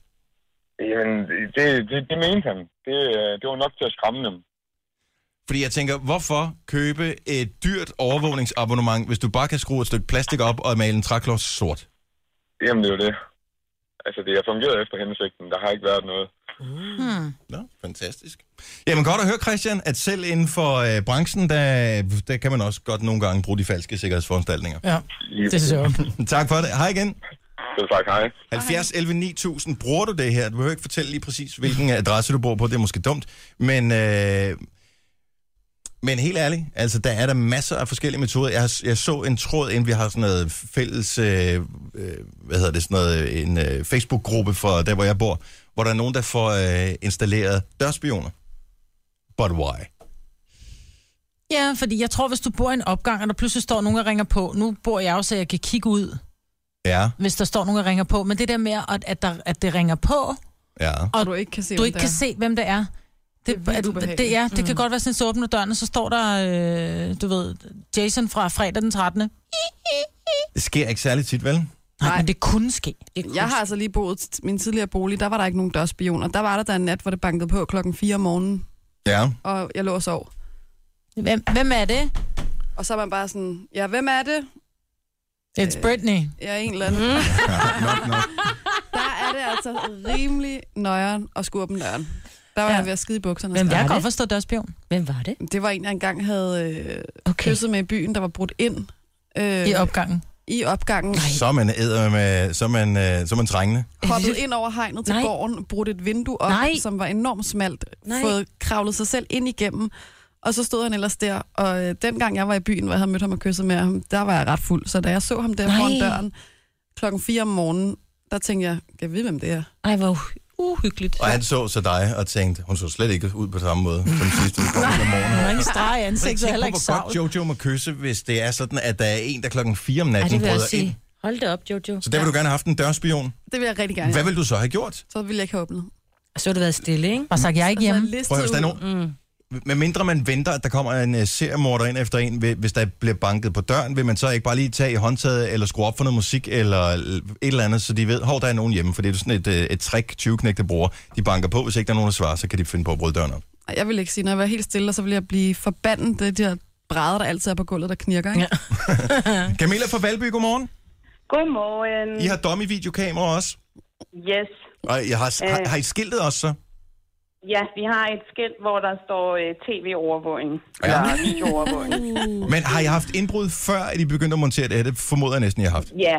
G: Jamen, det, det, det mente han. Det, øh, det var nok til at skræmme dem.
A: Fordi jeg tænker, hvorfor købe et dyrt overvågningsabonnement, hvis du bare kan skrue et stykke plastik op og male en træklods sort?
G: Jamen, det er jo det. Altså, det har fungeret efter hensigten. Der har ikke været noget.
A: Nå, fantastisk. Jamen godt at høre, Christian, at selv inden for øh, branchen, der, der kan man også godt nogle gange bruge de falske sikkerhedsforanstaltninger.
C: Ja, det synes jeg også.
A: Tak for det. Hej igen.
G: Så tak, hej.
A: 70 11 9000. Bruger du det her? Du behøver ikke fortælle lige præcis, hvilken adresse du bor på. Det er måske dumt. Men, øh, men helt ærligt, altså, der er der masser af forskellige metoder. Jeg, har, jeg så en tråd, inden vi har sådan noget fælles... Øh, øh, hvad hedder det? Sådan noget, en øh, Facebook-gruppe for der, hvor jeg bor. Hvor der er nogen, der får øh, installeret dørspioner. But why?
C: Ja, fordi jeg tror, hvis du bor i en opgang, og der pludselig står nogen, der ringer på. Nu bor jeg jo, så jeg kan kigge ud,
A: Ja,
C: hvis der står nogen, der ringer på. Men det der med, at, at, der, at det ringer på,
A: ja.
E: Du ikke kan se,
C: du
E: hvem
C: ikke
E: det
C: kan
E: er.
C: se, hvem det er. Det,
E: Det er vildt
C: det, det,
E: ubehageligt.
C: det, ja, det kan godt være sådan, at så åbner døren, og så står der, øh, du ved, Jason fra fredag den 13. Nej,
A: Det sker ikke særlig tit, vel?
C: Nej. men det kunne ske. Det kunne
E: Jeg har altså lige boet min tidligere bolig, der var der ikke nogen dørspioner. Der var der da en nat, hvor det bankede på klokken 4 om morgenen,
A: Ja.
E: og jeg lå og sov.
C: ske. Hvem, hvem er det?
E: Og så er man bare sådan, ja, hvem er det?
C: It's Britney.
E: Jeg er en eller anden.
C: Mm.
A: ja nok, nok.
E: Der er det altså rimelig nøjeren at skulle åbne døren. Der var
B: Ja.
E: ja. jeg ved at skide i bukserne.
B: Hvem
C: Jeg
B: var
C: kan
B: det?
C: godt forstå dørspion.
B: Hvem var det?
E: Det var en, der engang havde øh,
B: Okay.
E: kysset med i byen, der var brudt ind øh,
C: I opgangen.
E: i opgangen.
A: Så er man æder med, så er man, øh, så er man trængende.
E: Hoppet ind over hegnet til
B: Nej.
E: Nej. gården, brudt et vindue op,
B: Nej.
E: Nej. som var enormt smalt,
B: Nej.
E: Nej. fået kravlet sig selv ind igennem. Og så stod han ellers der, og øh, dengang jeg var i byen, hvor jeg havde mødt ham og kysset med ham, der var jeg ret fuld. Så da jeg så ham der
B: Nej.
E: foran døren klokken 4 om morgenen, der tænkte jeg, kan jeg vide, hvem det er?
B: Ej, hvor uh- uhyggeligt.
A: Og han så så dig og tænkte, hun så slet ikke ud på samme måde, som sidst hun kom om morgenen.
C: Der er ingen streg i
A: Jeg
C: ansigtet, og
A: tænker
C: heller ikke
A: på, hvor
C: savl.
A: godt Jojo må kysse, hvis det er sådan, at der er en, der klokken 4 om
B: Ej,
A: natten
B: det vil jeg
A: bryder
B: også
A: ind.
B: sige. Hold da op, Jojo.
A: Så der vil du gerne have haft en dørspion.
E: Det vil jeg rigtig gerne
A: Hvad
E: have.
A: vil du så have gjort?
E: Så ville jeg ikke have åbnet.
B: Så har du været stille, ikke?
C: Bare sagt, jeg er ikke hjemme.
E: Altså,
A: Prøv at høre, hvis der er
E: listet
A: nogen...
B: Mm.
A: Med mindre man venter, at der kommer en uh, seriemorder ind efter en, vil- hvis der bliver banket på døren, vil man så ikke bare lige tage i håndtaget, eller skrue op for noget musik, eller et eller andet, så de ved, hov, der er nogen hjemme, for det er sådan et, uh, et trick, 20 knægte bruger. De banker på, hvis ikke der er nogen, der svarer, så kan de finde på at bryde døren op.
E: ud. Ej, Jeg vil ikke sige, når jeg var helt stille, og så ville jeg blive forbandet. Det er de her brædder, der altid er på gulvet, der knirker. Ikke?
C: Ja.
E: Ja.
A: Camilla fra Valby, godmorgen.
H: Godmorgen.
A: I har dummy videokamera også.
H: Yes. Øh.
A: Og jeg har, har, har I skiltet også så?
H: Ja, vi har et skilt, hvor der står øh, tv-overvågning.
A: Ja.
H: Eller videoovervågning.
A: Men har I haft indbrud, før at I begyndte at montere det? her? Det formoder jeg næsten, I har haft.
H: Ja,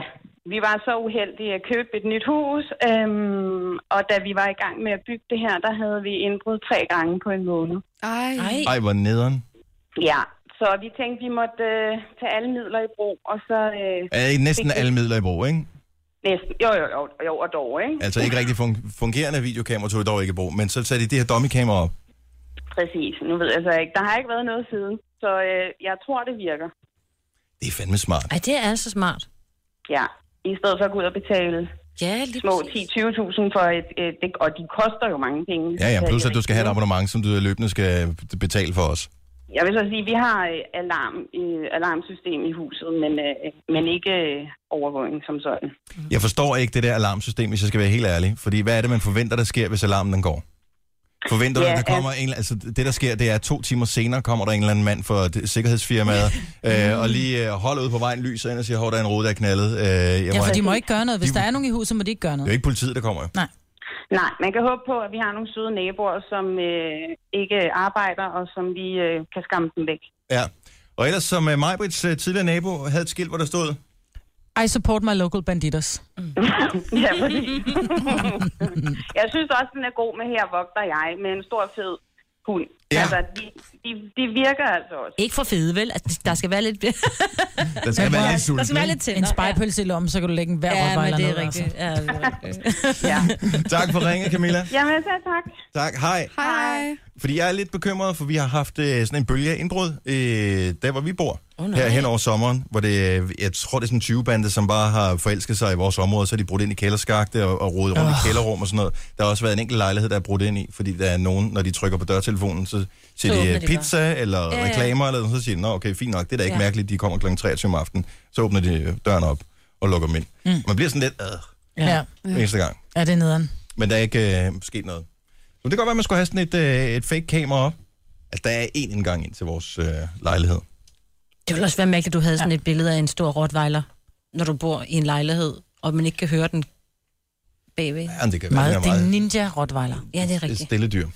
H: vi var så uheldige at købe et nyt hus, øhm, og da vi var i gang med at bygge det her, der havde vi indbrud tre gange på en måned.
E: Ej.
B: Ej,
A: Ej, hvor nederen.
H: Ja, så vi tænkte, vi måtte øh, tage alle midler i brug, og så øh,
A: Er I næsten alle midler i brug, ikke?
H: næsten, jo, jo, jo, jo og dog, ikke?
A: Altså ikke rigtig fun- fungerende videokamera tog I dog ikke i brug, men så satte I det her dummy-kamera op.
H: Præcis, nu ved jeg så ikke. Der har ikke været noget siden, så øh, jeg tror, det virker.
A: Det er fandme smart.
B: Ej det er altså smart.
H: Ja, i stedet for at gå ud og betale
B: Ja, lige
H: små
B: præcis.
H: 10-20.000 for et, et, et, og de koster jo mange penge.
A: Ja, ja,
H: Så
A: plus
H: jeg
A: at du
H: ved
A: skal have et
H: ikke.
A: abonnement, som du løbende skal betale for os.
H: Jeg vil så sige, at vi har øh, alarm, øh, alarmsystem i huset, men, øh, men ikke øh, overvågning som sådan.
A: Jeg forstår ikke det der alarmsystem, hvis jeg skal være helt ærlig. Fordi hvad er det, man forventer, der sker, hvis alarmen den går? Forventer du,
H: Ja,
A: at der kommer en, eller- altså det der sker, det er at to timer senere kommer der en eller anden mand fra det- sikkerhedsfirmaet, øh, og lige øh, holder ud på vejen, lyser ind og siger, hov, der er en rode, der er knaldet. Øh, jeg må
C: Ja, for
A: have-
C: de må ikke gøre noget. Hvis
A: De-
C: der er nogen i huset, må de ikke gøre
A: Det er jo
C: noget.
A: ikke politiet, der kommer jo.
H: Nej, man kan håbe på, at vi har nogle søde naboer, som øh, ikke arbejder, og som vi øh, kan skamme dem væk.
A: Ja. Og ellers, som uh, Majbrits uh, tidligere nabo havde et skilt, hvor der stod,
C: I support my local banditos.
H: ja, præcis. jeg synes også, den er god med her vogter jeg med en stor fed hund.
A: Ja.
H: Altså, de, de, de virker altså også.
B: Ikke for fede, vel? Altså, der skal være lidt, der
A: der skal være lidt
B: skal være
A: sulten.
B: lidt tænder.
C: En spejpølse i lommen, så kan du lægge en hver
B: Ja, ja men
C: rottweiler
B: det
C: ned.
B: er rigtigt. Ja, det
C: altså.
B: er rigtigt.
H: Ja.
A: Tak for ringet, Camilla.
H: Jamen, så tak.
A: Tak, hej.
E: Hej.
A: Fordi jeg er lidt bekymret, for vi har haft uh, sådan en bølge af indbrud, uh, der hvor vi bor. Oh,
B: nej.
A: her hen over sommeren, hvor det, øh, jeg tror, det er sådan en 20-bande, som bare har forelsket sig i vores område, så er de brudt ind i kælderskagte og, og rodet
B: Ah.
A: rundt oh. i kælderrum og sådan noget. Der har også været en enkelt lejlighed, der er brudt ind i, fordi der er nogen, når de trykker på dørtelefonen, så siger de
B: Så åbner
A: øh,
B: de
A: pizza eller
B: ja.
A: reklamer, eller noget, så siger de, nå okay, fint nok, det er da ikke
B: Ja.
A: mærkeligt, de kommer kl. 23 om aftenen. Så åbner de øh, døren op og lukker dem ind. Mm. Man bliver sådan lidt, øh,
C: altså. Ja. ja.
A: eneste gang.
C: Ja, det er nederen.
A: Men der er ikke øh, sket noget. Så det kan godt være, at man skulle have sådan et, øh, et fake kamera op. Altså, der er én indgang ind til vores øh, lejlighed.
B: Det ville også være mærkeligt, at du havde sådan et billede af en stor rottweiler, når du bor i en lejlighed, og man ikke kan høre den bagved.
A: Jamen, det kan være,
C: Meget,
A: den
C: det
A: er
C: er
A: meget
C: Ninja Rottweiler.
B: Ja, det er
A: det er
B: rigtigt.
A: stille dyr.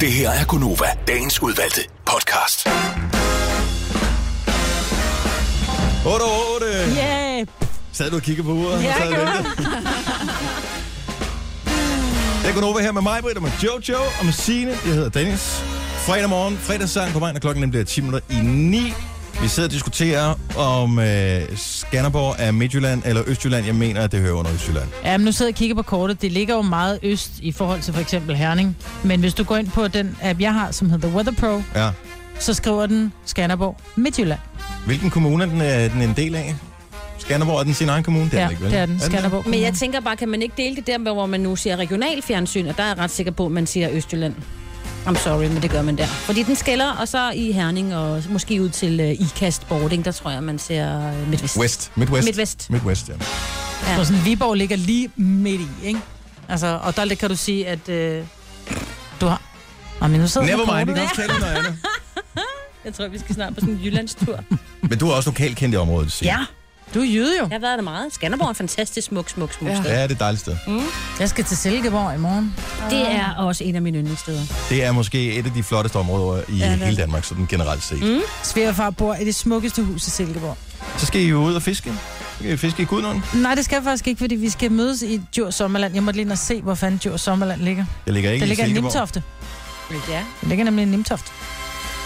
F: Det her er Gunova, dagens udvalgte podcast.
A: 8 8. Yeah.
C: Yeah.
A: Sad du og kiggede på uret? Ja, det Jeg går over her med mig, Britt, og med Jojo, og med Signe. Jeg hedder Dennis. Fredag morgen, fredagssang på vejen, og klokken bliver 10 minutter i 9. Vi sidder og diskuterer, om øh, Skanderborg er Midtjylland eller Østjylland. Jeg mener, at det hører under Østjylland.
C: Ja, men nu sidder jeg og kigger på kortet. Det ligger jo meget øst i forhold til for eksempel Herning. Men hvis du går ind på den app, jeg har, som hedder The Weather Pro,
A: Ja.
C: så skriver den Skanderborg Midtjylland.
A: Hvilken kommune er den, øh, den er en del af? Skanderborg, er den sin egen kommune? Det er
C: ja,
A: den ikke, vel?
C: det er den.
A: det?
C: Skanderborg.
B: Men jeg tænker bare, kan man ikke dele det der, hvor man nu siger regional fjernsyn, og der er jeg ret sikker på, at man siger Østjylland. I'm sorry, men det gør man der. Fordi den skiller, og så i Herning, og måske ud til uh, IKAST Boarding, der tror jeg, man ser uh, MidtVest.
A: West. Midwest.
B: Midtvest.
A: Midwest, ja.
B: Ja.
C: Hvor sådan, Viborg ligger lige midt i, ikke? Altså, og der kan du sige, at øh, du har... Nå, men nu sidder jeg med
A: Never mind, vi
C: kortet.
A: kan også tale om noget andet.
B: Jeg tror, vi skal snart på sådan en Jyllandstur.
A: Men du er også lokalt kendt i området, Signe.
C: Ja, du er jyde jo.
B: Jeg har været der meget. Skanderborg er en fantastisk smuk, smuk, smuk
E: Ja.
B: sted.
A: Ja, det er et dejligt sted.
C: Mm. Jeg skal til Silkeborg i morgen.
B: Det er også en af mine yndlingssteder.
A: Det er måske et af de flotteste områder i ja, hele Danmark, sådan generelt set. Mm.
C: Svigerfar bor i det smukkeste hus i Silkeborg.
A: Så skal I jo ud og fiske. Så skal I fiske i Gudnåen.
C: Nej, det skal jeg faktisk ikke, fordi vi skal mødes i Djurs Sommerland. Jeg måtte lige ind og se, hvor fanden Djurs Sommerland ligger.
A: Det ligger ikke
C: Det ligger
A: i
C: i
A: Silkeborg.
C: Nimtofte.
B: Ja.
C: Det ligger nemlig i Nimtoft.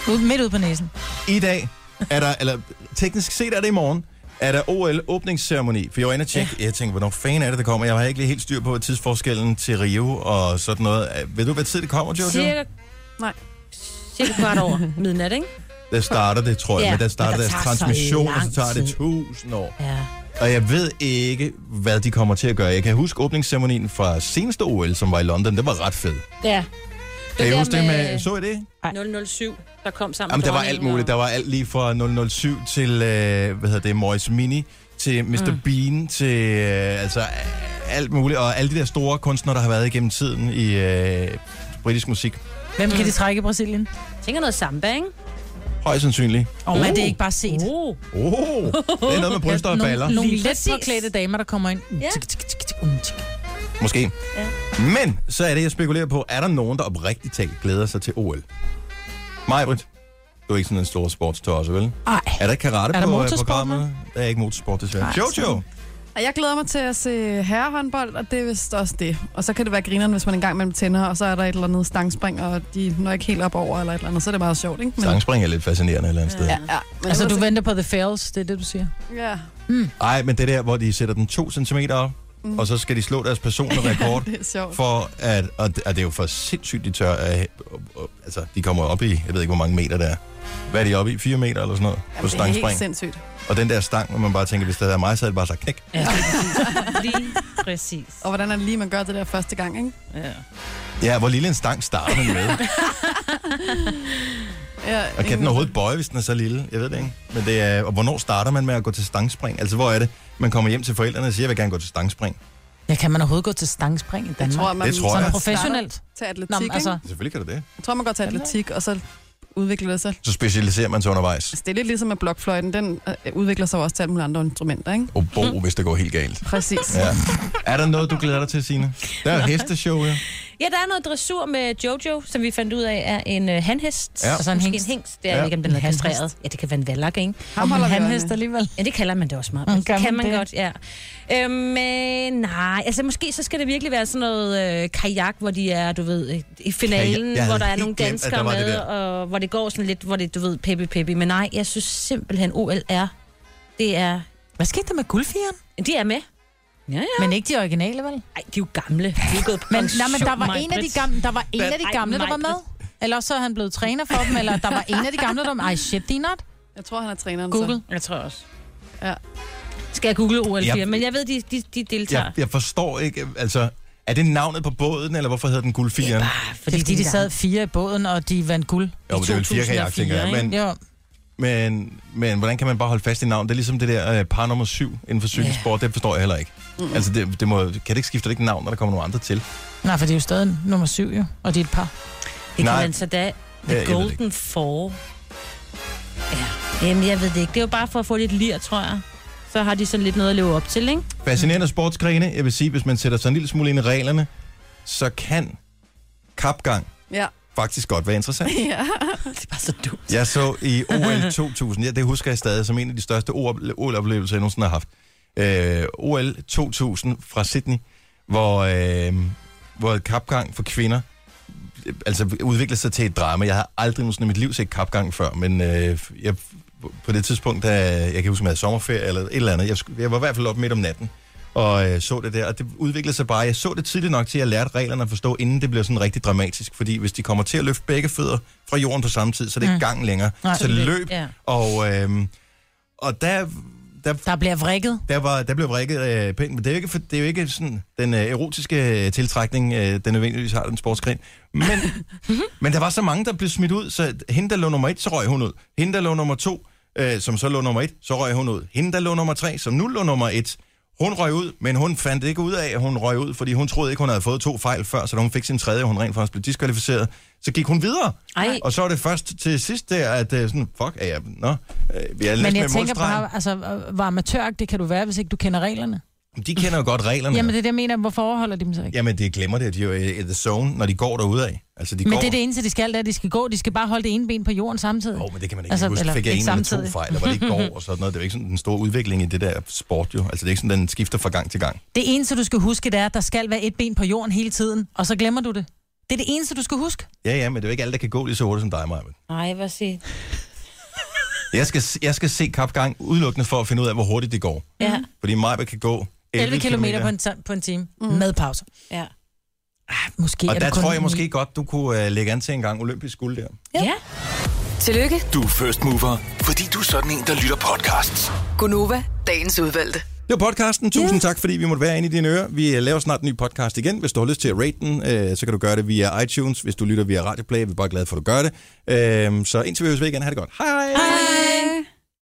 C: Ude, midt ude på næsen.
A: I dag er der, eller teknisk set er det i morgen, er der OL-åbningsceremoni. For jeg var inde og tjekke, jeg tænkte, hvornår fanden er det, der kommer? Jeg har ikke lige helt styr på tidsforskellen til Rio og sådan noget. Ved du, hvad tid det kommer, Jojo?
B: Cirka,
E: Nej.
B: cirka kvart over midnat, ikke?
A: Der starter det, tror jeg, ja,
B: Ja,
A: men der starter
B: men der
A: deres
B: tager så
A: transmission, og
B: lang
A: så tager det
B: tid.
A: tusind år.
B: Ja.
A: Og jeg ved ikke, hvad de kommer til at gøre. Jeg kan huske åbningsceremonien fra seneste OL, som var i London. Det var ret fed.
B: Ja.
A: Kan I
B: der
A: huske det med...
B: med-
A: Så I det?
B: 007, der kom sammen.
A: Jamen,
B: med
A: der var
B: dronningen,
A: alt muligt. Der var alt lige fra 007 til, øh, hvad hedder det, Morris Mini, til Mr. Mm. Bean, til øh, altså øh, alt muligt. Og alle de der store kunstnere, der har været igennem tiden i øh, britisk musik.
C: Hvem
A: Mm.
C: kan de trække i Brasilien?
B: Og... Tænker noget samba, ikke?
A: Højst sandsynligt.
C: Og oh, er det ikke bare set?
B: Uh.
A: Oh, det er noget med bryster og baller.
C: Nogle, nogle
B: Lige
C: let
B: præcis.
C: forklædte damer, der kommer ind. Ja.
B: Ja.
C: Tik, tik, tik, tik, um, tik.
A: Måske. Ja. Men så er det, jeg spekulerer på, er der nogen, der oprigtigt talt glæder sig til OL? Majbrit, du er ikke sådan en stor sportstørrelse, vel?
C: Ej.
A: Er der karate
C: Er der
A: på øh,
C: motorsport
A: programmet? Der er ikke motorsport, desværre. Jojo!
E: Og jeg glæder mig til at se herrehåndbold, og det er vist også det. Og så kan det være grineren, hvis man engang mellem tænder, og så er der et eller andet stangspring, og de når ikke helt op over eller et eller andet, så er det meget sjovt, ikke?
A: Stangspring er lidt fascinerende et eller andet sted.
E: ja, ja. Men
C: Altså, du
E: ved...
C: venter på The Fails, det er det, du siger.
E: Ja,
A: Nej, men det der, hvor de sætter den 2 cm op, mm. og så skal de slå deres personlige rekord,
E: det er sjovt.
A: for at, og det, og det er jo for sindssygt, de tør, at, og, og, altså, de kommer op i, jeg ved ikke, hvor mange meter der er. Hvad er de oppe i? 4 meter eller sådan noget? Jamen, på
E: det er helt
A: stangspring.
E: sindssygt.
A: Og den der stang, hvor man bare tænker, hvis det havde mig, så havde det bare sagt knæk.
B: Ja. Lige præcis.
E: Og hvordan er det lige, man gør det der første gang, ikke?
B: Ja.
A: Ja, hvor lille en stang starter man med.
E: Ja,
A: Og kan den overhovedet bøje, hvis den er så lille? Jeg ved det ikke. Men det er, og hvornår starter man med at gå til stangspring? Altså, hvor er det, man kommer hjem til forældrene og siger, jeg vil gerne gå til stangspring?
C: Ja, kan man overhovedet gå til stangspring i Danmark?
E: Jeg tror, man
A: Det tror
E: sådan
A: jeg.
C: Professionelt?
E: starter til atletik,
C: Nå, men, altså,
E: altså...
A: Selvfølgelig kan det det.
E: Jeg tror, man går til atletik, og så udvikler det sig.
A: Så specialiserer man sig undervejs.
E: Altså, det er lidt ligesom med blokfløjten, den øh, udvikler sig jo også til alle mulige andre instrumenter, ikke?
A: Og bo, hvis det går helt galt.
E: Præcis.
A: Ja. Er der noget, du glæder dig til, Signe? Der er jo hesteshow, ja.
B: Ja, der er noget dressur med Jojo, som vi fandt ud af er en uh, hanhest.
A: Ja.
B: Og så en Måske hengst. en hengst. Det er
A: Ja.
B: ja. ikke, om den
C: En
B: er
C: hanhest.
B: kastreret. Ja, det kan være en valak, ikke?
E: Ham holder vi
C: han
E: øjnene.
C: hest alligevel.
B: Ja, det kalder man det også meget.
C: Mm,
B: Mm,
C: gør
B: det kan
C: man
B: man
C: det?
B: det? godt, ja. Øh, men nej, altså måske så skal det virkelig være sådan noget øh, kajak, hvor de er, du ved, øh, i finalen,
A: Jeg havde
B: hvor der er
A: helt
B: nogle
A: glemt, at der
B: danskere
A: var det
B: med,
A: der.
B: og hvor det går sådan lidt, hvor det, du ved, peppi peppi. Men nej, jeg synes simpelthen, OL er, det er,
C: Hvad skete der med guldfjeren?
B: de er med. Ja, ja.
C: Men ikke de originale, vel?
B: Ej, de er jo gamle. De er jo gået på
C: Men,
B: pension,
C: nej, men der var en af de
B: Maj-Brit.
C: gamle, der var, en af de
B: Ej,
C: gamle, der var med. Eller så er han blevet træner for dem, eller der var en af de gamle, der var med. Ej, shit, de not.
E: Jeg tror, han er træneren.
C: Google.
B: Jeg tror også.
E: Ja.
B: Skal jeg google OL4?
A: Ja.
B: Ja. Men jeg ved, de, de, de deltager.
A: Jeg, jeg forstår ikke, altså... Er det navnet på båden, eller hvorfor hedder den guldfiren?
B: Bare
C: Fordi, fordi de sad fire i båden, og de vandt guld.
A: Jo, men det er vel firkajak, tænker jeg.
B: 2004,
A: Men,
C: Jo,
A: men, men hvordan kan man bare holde fast i navnet? Det er ligesom det der øh, par nummer syv inden for cykelsport. sport. Det forstår jeg heller ikke. Mm. Altså, det, det må, kan det ikke skifte det ikke navn, når der kommer nogle andre til?
C: nej, for det er jo stadig nummer syv, jo. Og de er et par.
B: Det kan
A: Nej.
B: man så da
A: Ja,
B: The
A: jeg ved det
B: Golden Four. Ja, jamen jeg ved det ikke. Det er jo bare for at få lidt lir, tror jeg. Så har de sådan lidt noget at leve op til, ikke?
A: Fascinerende sportsgrene. Jeg vil sige, hvis man sætter sig en lille smule ind i reglerne, så kan kapgang
E: Ja.
A: faktisk godt være interessant.
E: ja.
C: Det er bare så dumt.
A: Jeg så i OL 2000, ja, det husker jeg stadig som en af de største OL-oplevelser, jeg nogensinde har haft. Øh, OL 2000 fra Sydney, hvor, øh, hvor kapgang for kvinder øh, altså udviklede sig til et drama. Jeg har aldrig nogensinde i mit liv set kapgang før, men øh, jeg, på det tidspunkt, da jeg kan huske, at jeg havde sommerferie eller et eller andet, jeg, skulle- jeg var i hvert fald op midt om natten og øh, så det der, og det udviklede sig bare. Jeg så det tidligt nok til, at jeg lærte reglerne at forstå, inden det blev sådan rigtig dramatisk, fordi hvis de kommer til at løfte begge fødder fra jorden på samme tid, så er det ikke gang længere.
C: Nej,
A: så Mm. det
C: det-
A: Altså, løb,
B: ja.
A: og, øh, og der, der
C: Der bliver vrikket.
A: der, var, der blev vrikket øh, pænt, men det er jo ikke, for, det er jo ikke sådan, den øh, erotiske øh, tiltrækning, øh, den nødvendigvis har den sportsgren. Men,
C: Mhm.
A: men der var så mange, der blev smidt ud, så hende, der lå nummer et, så røg hun ud. Hende, der lå nummer to, øh, som så lå nummer et, så røg hun ud. Hende, der lå nummer tre, som nu lå nummer et, hun røg ud, men hun fandt ikke ud af, at hun røg ud, fordi hun troede ikke, hun havde fået to fejl før, så da hun fik sin tredje, og hun rent faktisk blev diskvalificeret, så gik hun videre.
B: Ej.
A: Og så var det først til sidst der, at øh, sådan, fuck, er jeg, nå, øh, vi er lidt
C: Men
A: med
C: jeg tænker
A: målstregen.
C: bare, altså, hvor amatøragtig kan du være, hvis ikke du kender reglerne?
A: De kender jo godt reglerne.
C: Jamen, det er det, jeg mener. Hvorfor overholder de dem så ikke?
A: Jamen, det glemmer det. De er jo i the zone, når de går derude af. Altså, de
C: Men
A: går...
C: det er det eneste, de skal, det er, at de skal gå. De skal bare holde det ene ben på jorden samtidig.
A: Åh, oh, men det kan man ikke altså,
C: Altså,
A: huske.
C: eller
A: Fik jeg
C: ikke
A: en eller to
C: samtidig.
A: fejl, og var det ikke går og sådan noget. Det er jo ikke sådan den store udvikling i det der sport, jo. Altså, det er ikke sådan, den skifter fra gang til gang.
C: Det eneste, du skal huske, det er, at der skal være et ben på jorden hele tiden, og så glemmer du det. Det er det eneste, du skal huske.
A: Ja, ja, men det er jo ikke alle, der kan gå lige så hurtigt som dig, Maja.
B: Nej, hvad siger
A: Jeg skal, jeg skal se kapgang udelukkende for at finde ud af, hvor hurtigt det går.
B: Ja,
A: Fordi Maja kan gå 11,
C: 11
A: kilometer
C: km Mm. på en, ta- på en time mm. med pauser.
B: ja.
C: Måske er
A: Og
C: det
A: der
C: kun
A: tror jeg måske godt, du kunne uh, lægge an til en gang olympisk guld der.
B: Ja,
D: Tillykke,
F: Du er first mover, fordi du er sådan en, der lytter podcasts.
D: Gunova, dagens udvalgte.
A: Det var podcasten. Tusind tak, fordi vi måtte være inde i dine ører. Vi øh, laver snart en ny podcast igen. Hvis du har lyst til at rate den, øh, så kan du gøre det via Øhm, iTunes. Hvis du lytter via Radioplay, er vi bare glade for, at du gør det. Øh, så indtil vi høres ved igen. Ha' det godt. Hej! Hej!